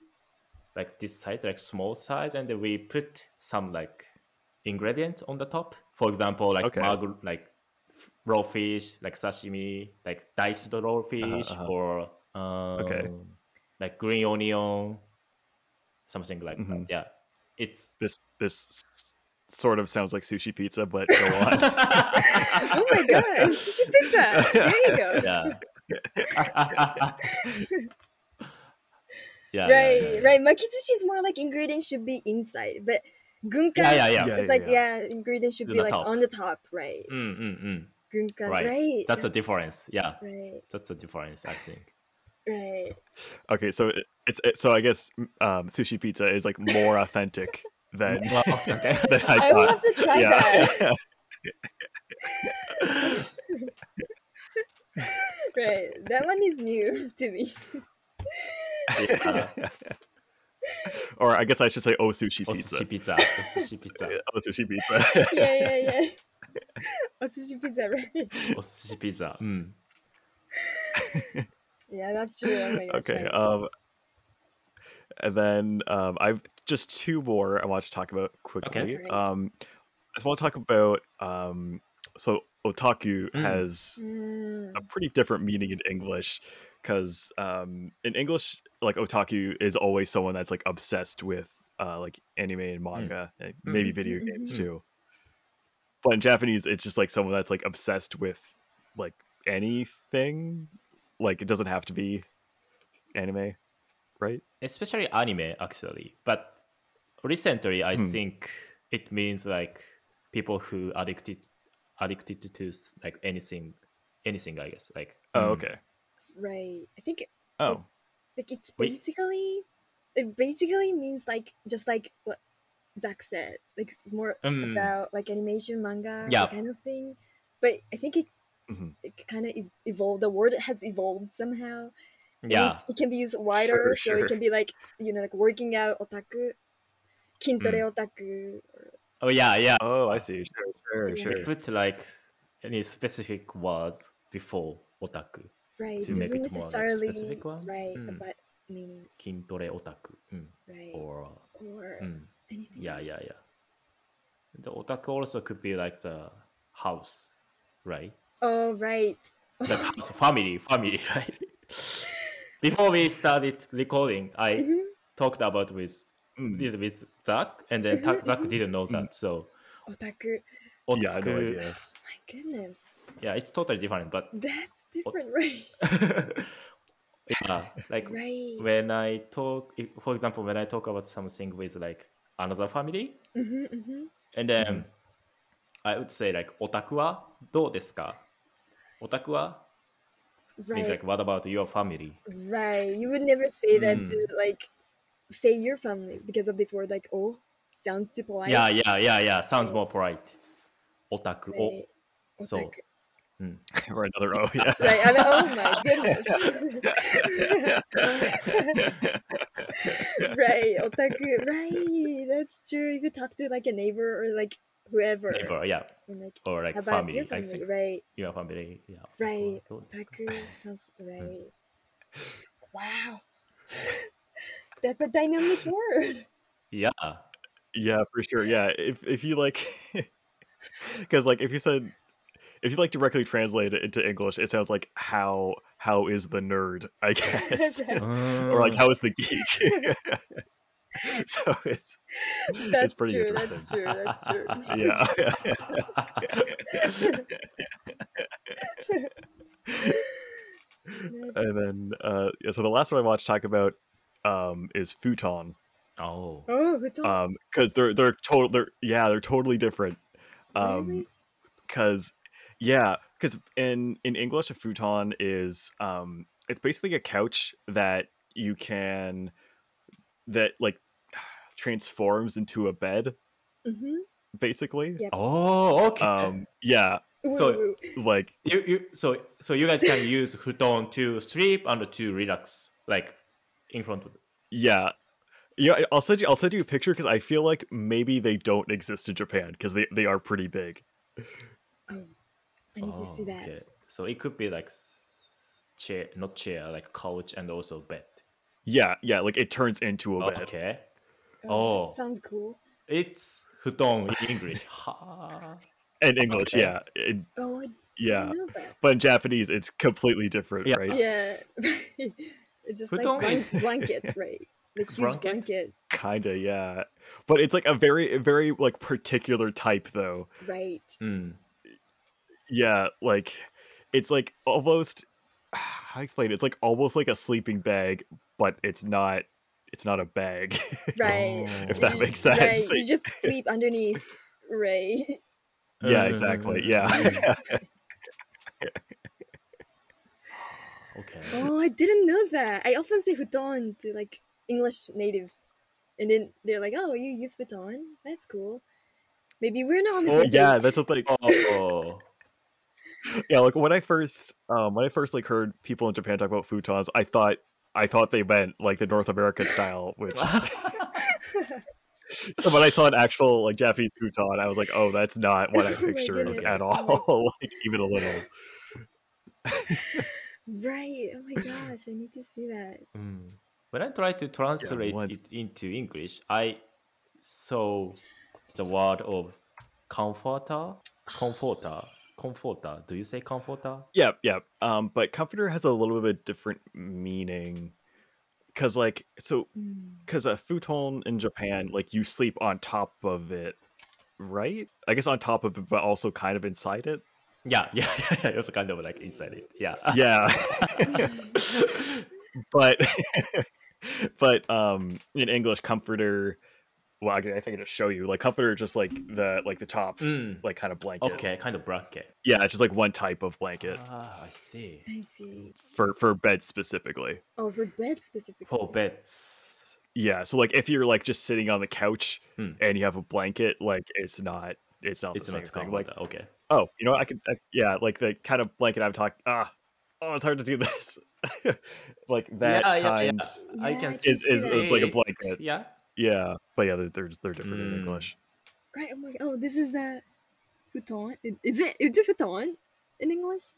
Speaker 2: like this size, like small size, and then we put some like ingredients on the top. For example, like
Speaker 1: Okay.
Speaker 2: magu, like f- raw fish, like sashimi, like diced raw fish,
Speaker 1: uh-huh.
Speaker 2: or um, like green onion, something like that.
Speaker 1: Mhm.
Speaker 2: Yeah, it's
Speaker 1: This this s- sort of sounds like sushi pizza, but go on.
Speaker 3: Oh my god, sushi pizza. There you go.
Speaker 2: yeah. yeah, yeah,
Speaker 3: right,
Speaker 2: yeah, yeah.
Speaker 3: right. Makizushi is more like ingredients should be inside, but gunkan
Speaker 2: Yeah, yeah, yeah.
Speaker 1: Yeah.
Speaker 3: it's like yeah, ingredients should
Speaker 2: To
Speaker 3: be
Speaker 2: the
Speaker 3: like
Speaker 2: top.
Speaker 3: on the top, right?
Speaker 2: Mm, mm, mm.
Speaker 3: Gunkan,
Speaker 2: Right.
Speaker 3: right?
Speaker 2: That's the difference. Yeah,
Speaker 3: right,
Speaker 2: that's the difference. I think.
Speaker 3: right.
Speaker 1: Okay, so it, it's it, so I guess m- um, sushi pizza is like more authentic than
Speaker 2: Well, okay.
Speaker 1: than I
Speaker 3: I will
Speaker 1: thought.
Speaker 3: have to try
Speaker 1: yeah.
Speaker 3: that. Right, that one is new to me.
Speaker 2: yeah.
Speaker 1: or I guess I should say oh sushi
Speaker 2: Oh,
Speaker 1: pizza.
Speaker 2: sushi pizza. Oh, sushi pizza.
Speaker 1: Yeah, Oh sushi pizza.
Speaker 3: yeah, yeah, yeah. Oh, sushi pizza, right?
Speaker 2: Oh, sushi pizza. Mm.
Speaker 3: Yeah, that's true. Oh my gosh.
Speaker 1: okay.
Speaker 3: right.
Speaker 1: Um and then um I've just two more I want to talk about quickly.
Speaker 3: Great.
Speaker 1: Um I just want to talk about um so otaku
Speaker 2: Mm.
Speaker 1: has
Speaker 3: Mm,
Speaker 1: a pretty different meaning in English because um, in English, like otaku is always someone that's like obsessed with uh, like anime and manga, and maybe
Speaker 2: Mhm.
Speaker 1: video
Speaker 3: Mhm,
Speaker 1: games
Speaker 2: mhm.
Speaker 1: too. But in Japanese, it's just like someone that's like obsessed with like anything. Like it doesn't have to be anime, right?
Speaker 2: Especially anime, actually. But recently, I
Speaker 1: Hmm.
Speaker 2: think it means like people who addicted addicted to- to s- like anything, anything. I guess like.
Speaker 1: Oh,
Speaker 2: mm.
Speaker 1: okay.
Speaker 3: right. I think
Speaker 1: Oh,
Speaker 3: like it's
Speaker 2: Wait.
Speaker 3: basically it basically means like just like what Zach said, like it's more
Speaker 2: Mm.
Speaker 3: about like animation, manga,
Speaker 2: Yeah.
Speaker 3: that kind of thing. But I think it
Speaker 1: Mhm.
Speaker 3: e-, it kind of evolved. The word has evolved somehow, And
Speaker 2: yeah
Speaker 3: it's- it can be used wider,
Speaker 1: Sure,
Speaker 3: so
Speaker 1: sure.
Speaker 3: it can be like you know, like working out otaku, kintore
Speaker 2: Mm.
Speaker 3: otaku, or
Speaker 2: oh yeah yeah
Speaker 1: Oh, I see. Sure,
Speaker 3: Yeah.
Speaker 1: sure,
Speaker 2: we
Speaker 1: sure.
Speaker 2: put like any specific words before otaku
Speaker 3: right?
Speaker 2: to make it
Speaker 3: doesn't
Speaker 2: more like,
Speaker 3: necessarily
Speaker 2: specific one
Speaker 3: right
Speaker 2: Mm.
Speaker 3: about meanings,
Speaker 2: kintore otaku mm.
Speaker 3: right? Or,
Speaker 2: or mm.
Speaker 3: anything.
Speaker 2: yeah yeah
Speaker 3: else.
Speaker 2: yeah the otaku also could be like the house right
Speaker 3: Oh right.
Speaker 2: the house family family right before we started recording i
Speaker 1: Mm-hmm.
Speaker 3: Mhm.
Speaker 2: talked about with
Speaker 1: Mm.
Speaker 2: did with Zach, and then Ta- Zach
Speaker 3: Mhm.
Speaker 2: didn't know
Speaker 1: Mm.
Speaker 2: that. So
Speaker 3: Otaku.
Speaker 1: Mm-hmm. Yeah, I had no
Speaker 2: otaku-
Speaker 1: idea.
Speaker 3: Oh my goodness,
Speaker 2: yeah, it's totally different. But
Speaker 3: that's different, right?
Speaker 2: yeah, like
Speaker 3: right.
Speaker 2: when I talk, if, for example, when I talk about something with like another family,
Speaker 3: hmm hmm
Speaker 2: and then
Speaker 1: Mhm.
Speaker 2: I would say like otaku wa do desu ka? Otaku wa means
Speaker 3: Right.
Speaker 2: like what about your family?
Speaker 3: Right. You would never say that
Speaker 2: Mm.
Speaker 3: to like say your family because of this word like oh sounds too polite.
Speaker 2: Yeah, yeah, yeah, yeah. Sounds more polite. Otaku o.
Speaker 3: Right. Otaku.
Speaker 2: "Oh," So
Speaker 1: or another O. Yeah.
Speaker 3: Right. and- oh my goodness. right. Otaku. Right. That's true. If you talk to like a neighbor or like whoever.
Speaker 2: neighbor, yeah,
Speaker 3: And like
Speaker 2: or like
Speaker 3: how about
Speaker 2: family.
Speaker 3: your
Speaker 2: I
Speaker 3: family?
Speaker 2: think
Speaker 3: Right.
Speaker 2: your family, yeah. otaku
Speaker 3: Right.
Speaker 2: wa do desu ka?
Speaker 3: Otaku sounds
Speaker 2: Mm.
Speaker 3: right. Wow. That's a dynamic word.
Speaker 2: Yeah.
Speaker 1: yeah, for sure. Yeah, if if you like, because like if you said if you like directly translate it into English, it sounds like how how is the nerd? I guess.
Speaker 3: Right.
Speaker 1: or like how is the geek? so it's it's
Speaker 3: That's
Speaker 1: pretty
Speaker 3: true. That's
Speaker 1: interesting.
Speaker 3: true. That's true.
Speaker 1: Yeah. and then uh yeah, so the last one I watched talk about um is futon.
Speaker 2: oh.
Speaker 3: Oh, we talked
Speaker 1: Um because they're they're total they're yeah, they're totally different.
Speaker 2: Uh,
Speaker 1: Um
Speaker 3: really?
Speaker 1: because yeah, because in in English a futon is um it's basically a couch that you can that like transforms into a bed
Speaker 3: Mm-hmm.
Speaker 1: basically.
Speaker 3: Yeah.
Speaker 2: Oh, okay.
Speaker 1: Um yeah,
Speaker 2: So-
Speaker 1: like
Speaker 2: you, you, so, so you guys can use futon to sleep and to relax, like in front of.
Speaker 1: Yeah. Yeah, I- I'll send you I'll send you a picture because I feel like maybe they don't exist in Japan because they, they are pretty big.
Speaker 3: oh, I need to see
Speaker 2: Oh,
Speaker 3: that.
Speaker 2: okay. So it could be like s- chair, not chair, like couch and also bed.
Speaker 1: Yeah, yeah, like it turns into a
Speaker 2: Oh,
Speaker 1: bed.
Speaker 2: okay.
Speaker 3: Oh, that
Speaker 2: Oh.
Speaker 3: sounds cool.
Speaker 2: It's futon in English. Ha.
Speaker 1: In English,
Speaker 2: Okay.
Speaker 1: yeah. in-
Speaker 3: Oh, I didn't
Speaker 1: yeah.
Speaker 3: know that.
Speaker 1: But in Japanese it's completely different,
Speaker 2: Yeah.
Speaker 1: right?
Speaker 3: Yeah, right. It's just like
Speaker 2: Futon
Speaker 3: blan-
Speaker 2: is-
Speaker 3: blanket, right? Like huge
Speaker 2: Blanket?
Speaker 3: blanket,
Speaker 1: Kinda, yeah. But it's like a very a very like particular type though.
Speaker 3: right?
Speaker 2: Mm.
Speaker 1: Yeah, like it's like almost how do I explain it? It's like almost like a sleeping bag, but it's not it's not a bag.
Speaker 3: Right.
Speaker 1: If
Speaker 2: Oh.
Speaker 1: that
Speaker 3: You-
Speaker 1: makes
Speaker 3: Right.
Speaker 1: sense.
Speaker 3: You just sleep underneath, right?
Speaker 1: yeah,
Speaker 3: Uh,
Speaker 1: exactly.
Speaker 2: Mm.
Speaker 1: Yeah.
Speaker 2: okay.
Speaker 3: Oh, I didn't know that. I often say futon to like English natives, and then they're like, "Oh, you use futon? That's cool." Maybe we're not on the
Speaker 1: Oh,
Speaker 3: same
Speaker 1: yeah, that's a thing.
Speaker 2: Oh.
Speaker 1: yeah like when i first um when i first like heard people in japan talk about futons i thought i thought they meant like the north american style which so when i saw an actual like japanese futon i was like oh that's not what i
Speaker 3: Oh my
Speaker 1: pictured
Speaker 3: goodness.
Speaker 1: at
Speaker 3: Oh my
Speaker 1: all like even a little
Speaker 3: Right. Oh my gosh, I need to see that.
Speaker 2: Mm. When I try to translate
Speaker 1: once-
Speaker 2: it into English, I saw the word of comforter, comforter, comforter. Do you say comforter?
Speaker 1: yeah yeah um but comforter has a little bit different meaning because like so
Speaker 3: Hmm,
Speaker 1: because a futon in japan like you sleep on top of it right i guess on top of it but also kind of inside it
Speaker 2: Yeah, yeah, yeah. yeah, Also kind of like inside it. Yeah.
Speaker 1: yeah but but um in english comforter well i guess i can just show you like comforter is just like the like the top
Speaker 2: Mm.
Speaker 1: like kind of blanket
Speaker 2: Okay, kind of bracket.
Speaker 1: yeah it's just like one type of blanket
Speaker 2: Ah, I see.
Speaker 3: I see.
Speaker 1: for for bed specifically
Speaker 3: Oh, for bed specifically.
Speaker 2: For beds.
Speaker 1: yeah so like if you're like just sitting on the couch
Speaker 2: Hmm.
Speaker 1: and you have a blanket like it's not it's not
Speaker 2: It's
Speaker 1: the same
Speaker 2: not
Speaker 1: thing
Speaker 2: comforter.
Speaker 1: like
Speaker 2: okay.
Speaker 1: oh you know what, i could I, yeah like the kind of blanket i'm talking ah oh it's hard to do this like that
Speaker 2: Yeah, yeah, yeah.
Speaker 1: kind
Speaker 2: I can
Speaker 3: Yes,
Speaker 1: is, is, is like a
Speaker 2: Right.
Speaker 1: blanket.
Speaker 2: Yeah.
Speaker 1: Yeah, but yeah, they're they're, they're different in
Speaker 2: Mm.
Speaker 1: English.
Speaker 3: Right. Oh my. Oh, this is the futon. I- Is it? Is it futon in English?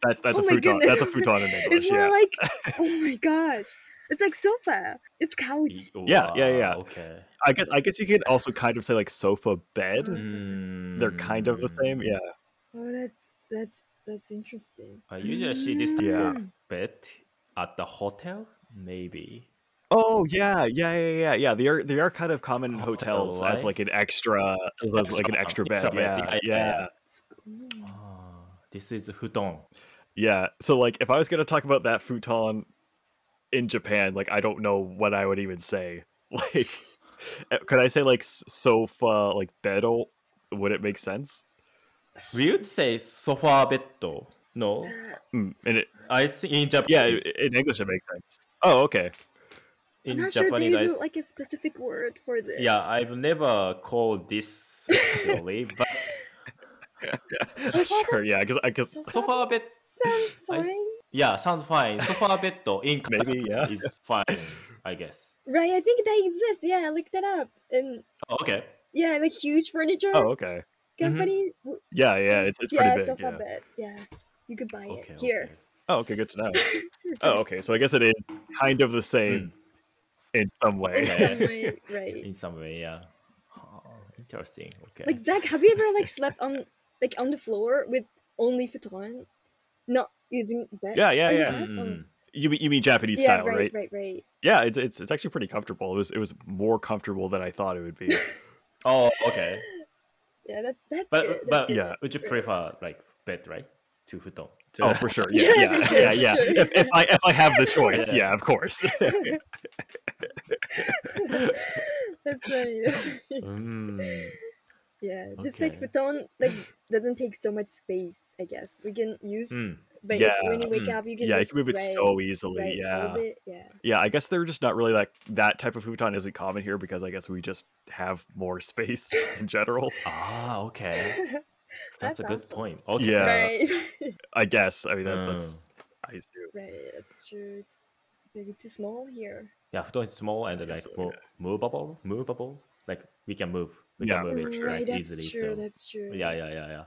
Speaker 1: That's that's
Speaker 3: Oh
Speaker 1: a
Speaker 3: my
Speaker 1: futon. That's a
Speaker 3: goodness.
Speaker 1: futon in English.
Speaker 3: it's more
Speaker 1: yeah.
Speaker 3: like. Oh my gosh! It's like sofa. It's couch.
Speaker 1: Yeah, yeah, yeah.
Speaker 2: e- oh, Wow, Okay.
Speaker 1: I guess I guess you could also kind of say like sofa bed.
Speaker 3: Mm.
Speaker 1: They're kind of the
Speaker 2: Mm. Hmm.
Speaker 1: same. Yeah.
Speaker 3: Oh, that's that's that's interesting.
Speaker 2: I usually Uh, see this type
Speaker 1: Yeah.
Speaker 2: of bed at the hotel, maybe.
Speaker 1: Oh yeah, yeah, yeah, yeah, yeah. They are they are kind of common in
Speaker 2: Oh,
Speaker 1: hotels as
Speaker 2: right.
Speaker 1: like an extra, as, as, like an extra bed.
Speaker 2: Extra bed,
Speaker 1: Yeah,
Speaker 2: yeah,
Speaker 1: yeah,
Speaker 2: yeah.
Speaker 3: It's cool.
Speaker 2: Ah, this is futon.
Speaker 1: yeah. So like, if I was gonna talk about that futon in Japan, like I don't know what I would even say. Like, eh, could I say like s- sofa, like bedo? Would it make sense?
Speaker 2: We would say sofa bed.
Speaker 3: Uh,
Speaker 2: No,
Speaker 1: Mm, and it,
Speaker 2: I think in Japan.
Speaker 1: yeah, i- in English it makes sense. Oh, okay.
Speaker 3: I'm
Speaker 2: in
Speaker 3: not sure
Speaker 2: Japanese,
Speaker 3: there
Speaker 2: I
Speaker 3: is like a specific word for this.
Speaker 2: Yeah, I've never called this actually, but
Speaker 3: Sofa
Speaker 1: sure. Yeah, because I because
Speaker 3: Sofa
Speaker 2: sofa bed.
Speaker 3: sounds
Speaker 2: I
Speaker 3: fine,
Speaker 2: s- Yeah, sounds fine. Sofa bed in
Speaker 1: Maybe,
Speaker 2: Kazakhstan
Speaker 1: yeah.
Speaker 2: is fine, I guess.
Speaker 3: right? I think they exist. Yeah, I looked that up, and
Speaker 2: Oh, okay.
Speaker 3: yeah, like huge furniture
Speaker 1: oh, okay.
Speaker 2: mm-hmm.
Speaker 3: company. w-
Speaker 1: Yeah, yeah. It's it's
Speaker 3: yeah,
Speaker 1: pretty big.
Speaker 3: sofa
Speaker 1: Yeah.
Speaker 3: bed. Yeah, you could buy
Speaker 2: Okay.
Speaker 3: it here.
Speaker 1: Oh, okay. Good to know.
Speaker 3: You're
Speaker 1: Oh,
Speaker 3: right.
Speaker 1: okay. So I guess it is kind of the same
Speaker 2: Mm,
Speaker 1: in some way.
Speaker 3: In
Speaker 2: okay.
Speaker 3: some way, right?
Speaker 2: in some way, yeah. Oh, interesting. Okay.
Speaker 3: Like Zach, have you ever like slept on like on the floor with only futon, not using bed?
Speaker 1: Yeah, yeah,
Speaker 3: on your
Speaker 1: yeah.
Speaker 3: bed?
Speaker 2: Mm,
Speaker 3: Oh.
Speaker 2: mm,
Speaker 1: You mean you mean Japanese
Speaker 3: Yeah,
Speaker 1: style, right?
Speaker 3: right, right, right.
Speaker 1: Yeah, it's, it's it's actually pretty comfortable. It was it was more comfortable than I thought it would be.
Speaker 2: Oh, okay.
Speaker 3: Yeah, that, that's
Speaker 2: But
Speaker 3: good. That's
Speaker 2: but
Speaker 3: good.
Speaker 1: Yeah.
Speaker 2: would you prefer like bed, right? To futon. To-
Speaker 1: oh, for sure. Yeah,
Speaker 3: Yeah,
Speaker 1: yeah, yeah,
Speaker 3: for sure,
Speaker 1: yeah.
Speaker 3: for sure.
Speaker 1: If, if I if I have the choice,
Speaker 2: Yeah.
Speaker 1: yeah, of course.
Speaker 3: that's funny. That's funny.
Speaker 2: Mm,
Speaker 3: Yeah, just like
Speaker 2: Okay.
Speaker 3: futon like doesn't take so much space. I guess we can use,
Speaker 2: mm.
Speaker 3: but if-
Speaker 1: Yeah,
Speaker 3: when you wake
Speaker 2: mm.
Speaker 3: up, you can
Speaker 1: yeah, you
Speaker 3: just
Speaker 1: can move it
Speaker 3: right,
Speaker 1: so easily.
Speaker 3: right,
Speaker 1: yeah,
Speaker 3: fold it, yeah.
Speaker 1: yeah. I guess they're just not really like that type of futon isn't common here because I guess we just have more space in general.
Speaker 2: Ah, okay. That's,
Speaker 3: That's
Speaker 2: a good
Speaker 3: awesome.
Speaker 2: point. Okay.
Speaker 1: Yeah.
Speaker 3: Right,
Speaker 1: I guess. I mean, that, that's
Speaker 2: Mm.
Speaker 1: I assume.
Speaker 3: right. That's true. It's maybe too small here.
Speaker 2: Yeah, futon is small and like
Speaker 1: guess so,
Speaker 2: mo- movable, movable. Like we can move, we
Speaker 1: Yeah.
Speaker 2: can move it
Speaker 3: right,
Speaker 2: like,
Speaker 3: that's
Speaker 2: easily.
Speaker 3: true.
Speaker 2: so
Speaker 3: That's true.
Speaker 2: yeah, yeah, yeah, yeah.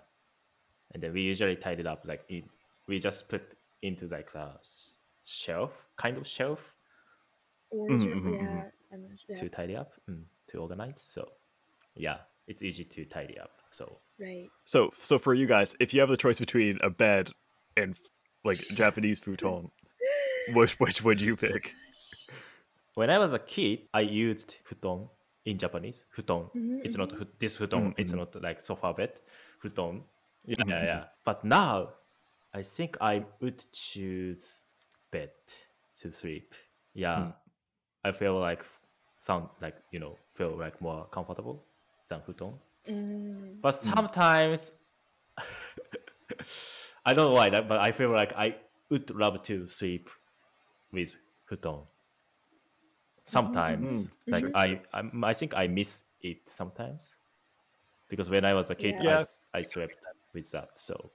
Speaker 2: And then we usually tied it up like in, we just put into like a s- shelf, kind of shelf
Speaker 3: Orange,
Speaker 1: Mhm, mhm,
Speaker 3: yeah. I'm not sure.
Speaker 2: to tidy up, mm, to organize. So yeah, it's easy to tidy up. So
Speaker 3: Right.
Speaker 1: So so for you guys, if you have the choice between a bed and like Japanese futon, which which would you pick?
Speaker 3: Gosh.
Speaker 2: when I was a kid, I used futon in Japanese. Futon.
Speaker 3: Mhm,
Speaker 2: It's
Speaker 3: mhm.
Speaker 2: not fu- this futon. It's
Speaker 1: Mhm.
Speaker 2: not like sofa bed. Futon. Yeah,
Speaker 1: Mhm,
Speaker 2: yeah,
Speaker 1: mhm.
Speaker 2: yeah. But now, I think I would choose bed to sleep. Yeah,
Speaker 1: Mm.
Speaker 2: I feel like sound like you know feel like more comfortable than futon.
Speaker 3: Mm.
Speaker 2: But sometimes, I don't know why, that- but I feel like I would love to sleep with futon. Sometimes, like
Speaker 3: Mhm.
Speaker 2: I, I'm- I, think I miss it sometimes, because when I was a kid,
Speaker 3: Yeah.
Speaker 2: I
Speaker 1: Yeah.
Speaker 2: s- I, slept with that. So,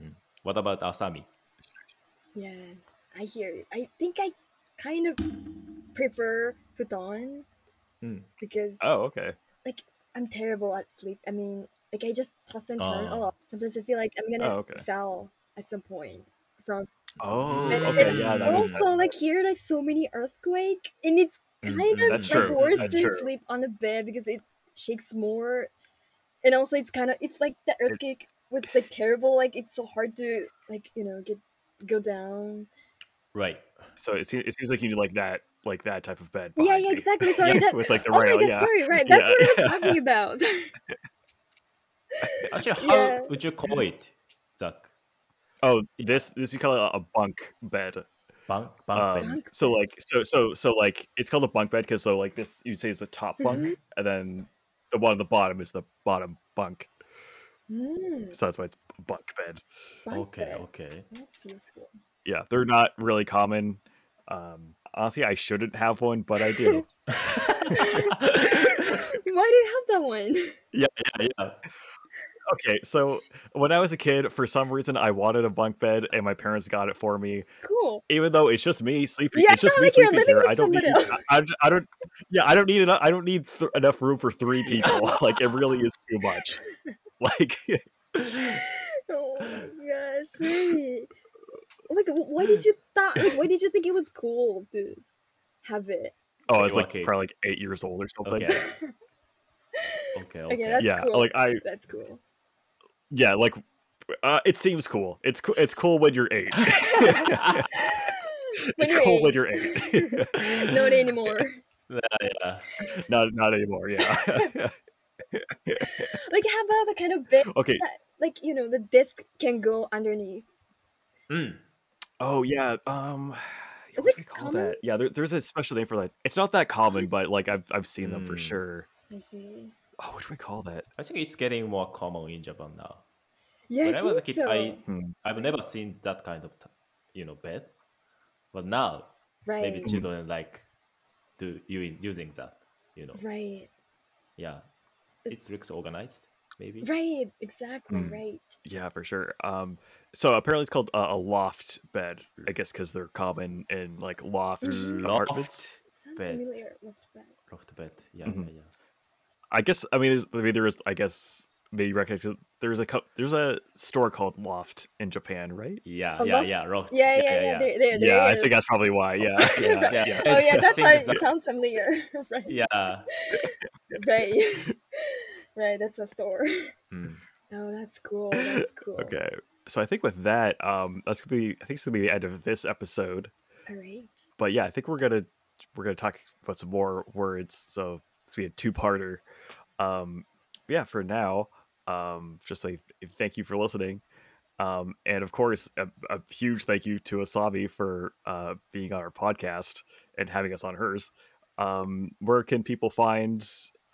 Speaker 2: mm. what about Asami?
Speaker 3: Yeah, I hear you. I think I kind of prefer futon
Speaker 2: Mm.
Speaker 3: because
Speaker 1: Oh, okay.
Speaker 3: I'm terrible at sleep. I mean, like I just toss and turn a
Speaker 2: Oh.
Speaker 3: lot. Sometimes I feel like I'm gonna
Speaker 1: Oh, okay.
Speaker 3: fall at some point from.
Speaker 1: Oh,
Speaker 3: And-
Speaker 1: okay,
Speaker 3: and
Speaker 1: yeah. That makes
Speaker 3: also,
Speaker 1: sense.
Speaker 3: like here, like so many earthquake, and it's
Speaker 2: Mm,
Speaker 3: kind
Speaker 2: mm.
Speaker 3: of
Speaker 1: That's
Speaker 3: like
Speaker 1: true.
Speaker 3: worse
Speaker 1: That's
Speaker 3: to
Speaker 1: true.
Speaker 3: sleep on a bed because it shakes more, and also it's kind of it's like the earthquake was like terrible. Like it's so hard to like you know get go down.
Speaker 2: Right.
Speaker 1: so it seems, it seems like you need like that like that type of bed.
Speaker 3: Yeah,
Speaker 1: behind
Speaker 3: yeah,
Speaker 1: you.
Speaker 3: exactly. Sorry, that,
Speaker 1: with like the
Speaker 3: oh
Speaker 1: rail.
Speaker 3: my god,
Speaker 1: yeah.
Speaker 3: sorry, right?
Speaker 1: Yeah,
Speaker 3: That's what I
Speaker 1: yeah.
Speaker 3: was talking about.
Speaker 2: Actually, how
Speaker 3: Yeah.
Speaker 2: would you call it, Zach?
Speaker 1: Oh, this this you call it a bunk bed.
Speaker 2: Bunk, bunk bed.
Speaker 1: Um,
Speaker 3: Bunk
Speaker 1: so
Speaker 3: bed.
Speaker 1: like so so so like it's called a bunk bed because so like this you say is the top bunk
Speaker 3: Mhm.
Speaker 1: and then the one on the bottom is the bottom bunk.
Speaker 3: Mm,
Speaker 1: So that's why it's a bunk bed.
Speaker 3: bunk
Speaker 2: Okay,
Speaker 3: bed.
Speaker 2: okay.
Speaker 3: That's useful.
Speaker 1: yeah, they're not really common. Um, honestly, I shouldn't have one, but I do.
Speaker 3: Why do you have that one?
Speaker 2: yeah, yeah, yeah.
Speaker 1: okay, so when I was a kid, for some reason, I wanted a bunk bed, and my parents got it for me.
Speaker 3: Cool.
Speaker 1: Even though it's just me sleeping,
Speaker 3: Yeah,
Speaker 1: it's just
Speaker 3: not
Speaker 1: me
Speaker 3: like you're
Speaker 1: sleeping
Speaker 3: living
Speaker 1: here.
Speaker 3: with
Speaker 1: I don't need.
Speaker 3: somebody
Speaker 1: I, I j- I don't. Yeah, I don't need enough. I don't need th- enough room for three people. like it really is too much. Like,
Speaker 3: Oh my gosh, really? Like, wh- why did you thought? Like, why did you think it was cool to have it?
Speaker 1: oh, I was like
Speaker 2: Okay.
Speaker 1: probably like eight years old or something.
Speaker 2: Okay. okay.
Speaker 3: Okay,
Speaker 2: Okay.
Speaker 3: that's
Speaker 1: yeah, Oh,
Speaker 3: cool.
Speaker 1: like I
Speaker 3: That's cool.
Speaker 1: yeah like uh, it seems cool. It's co- it's cool when you're eight. it's
Speaker 3: you're
Speaker 1: cool when
Speaker 3: eight.
Speaker 1: you're eight.
Speaker 3: Not anymore.
Speaker 2: yeah.
Speaker 1: not not anymore. Yeah.
Speaker 3: Like, how about the kind of bed?
Speaker 1: okay.
Speaker 3: Like, you know, the disc can go underneath.
Speaker 2: Mm.
Speaker 1: Oh yeah. Um. yeah,
Speaker 3: Is
Speaker 1: what do
Speaker 3: it
Speaker 1: they call
Speaker 3: common?
Speaker 1: that? Yeah, there, there's a special name for that. It's not that common, but like I've I've seen them for
Speaker 2: Mm.
Speaker 1: sure.
Speaker 3: I see.
Speaker 1: Oh, what do we call that?
Speaker 2: I think it's getting more common in Japan now.
Speaker 3: Yeah,
Speaker 2: when I,
Speaker 3: I
Speaker 2: was a kid,
Speaker 3: think so.
Speaker 2: I
Speaker 1: Hmm.
Speaker 2: I've never seen that kind of t- you know bed, but now
Speaker 3: right,
Speaker 2: maybe children like do you using that. You know,
Speaker 3: right.
Speaker 2: yeah,
Speaker 3: It's
Speaker 2: it Hmm. looks organized. Maybe.
Speaker 3: right, exactly,
Speaker 1: Mm.
Speaker 3: right.
Speaker 1: Yeah, for sure. Um, so apparently it's called uh, a loft bed, I guess, because they're common in like lofts,
Speaker 2: Hmm.
Speaker 1: apartments.
Speaker 2: Loft,
Speaker 3: Sounds
Speaker 2: Bed.
Speaker 3: familiar. Left back.
Speaker 2: loft bed. Yeah,
Speaker 1: Mhm.
Speaker 2: yeah, yeah.
Speaker 1: I guess. I mean, there's, I mean, there is. I guess maybe you recognize it. there's a co- there's a store called Loft in Japan, right?
Speaker 2: Yeah,
Speaker 3: A
Speaker 2: yeah,
Speaker 3: loft-
Speaker 2: yeah, rock.
Speaker 3: Yeah, yeah, yeah. There, there, there
Speaker 1: yeah, I
Speaker 3: it
Speaker 1: think
Speaker 3: is.
Speaker 1: that's probably why. Yeah, yeah,
Speaker 2: Yeah.
Speaker 1: yeah.
Speaker 3: Oh yeah,
Speaker 2: I
Speaker 3: that's
Speaker 2: think
Speaker 3: why it
Speaker 2: that-
Speaker 3: sounds familiar. right,
Speaker 2: yeah.
Speaker 3: right, right. That's a store.
Speaker 2: Mm.
Speaker 3: Oh, that's cool. That's cool.
Speaker 1: Okay, so I think with that, um, that's gonna be. I think it's gonna be the end of this episode.
Speaker 3: All right.
Speaker 1: But yeah, I think we're gonna we're gonna talk about some more words. So it's gonna be a two parter. Um, yeah, for now, um, just like thank you for listening. Um, and of course, a, a huge thank you to Asabi for uh, being on our podcast and having us on hers. Um, where can people find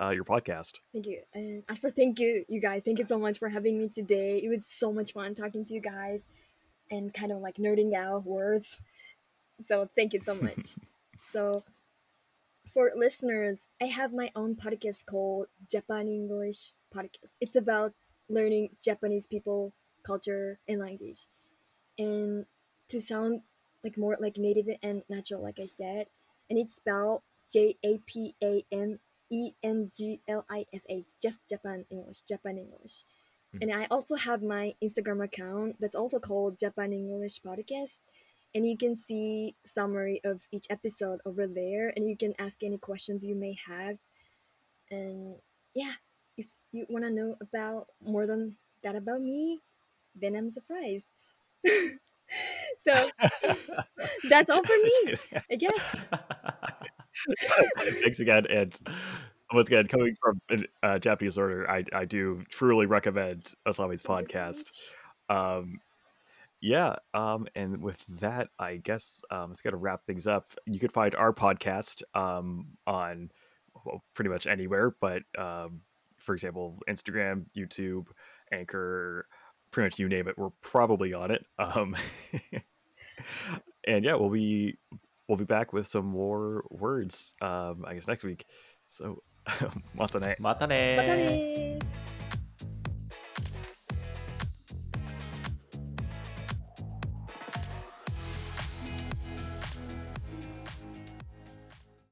Speaker 1: uh, your podcast?
Speaker 3: Thank you. And as for thank you, you guys, thank you so much for having me today. It was so much fun talking to you guys and kind of like nerding out words. So thank you so much. so for listeners, I have my own podcast called Japan English Podcast. It's about learning Japanese people, culture, and language. And to sound like more like native and natural, like I said, and it's spelled J A P A N E N G L I S H, just Japan English, Japan English.
Speaker 2: Mhm.
Speaker 3: And I also have my Instagram account that's also called Japan English Podcast. And you can see summary of each episode over there, and you can ask any questions you may have. And yeah, if you want to know about more than that about me, then I'm surprised. so that's all for me, I guess.
Speaker 1: Thanks again, and once again, coming from an, uh, Japanese order, I, I do truly recommend Asami's
Speaker 3: Thank you so
Speaker 1: podcast.
Speaker 3: much.
Speaker 1: um yeah um and with that i guess um it's gonna wrap things up you could find our podcast um on well, pretty much anywhere but um for example instagram youtube anchor pretty much you name it we're probably on it um and yeah we'll be we'll be back with some more words um i guess next week so matane
Speaker 2: Matane.
Speaker 3: Matane.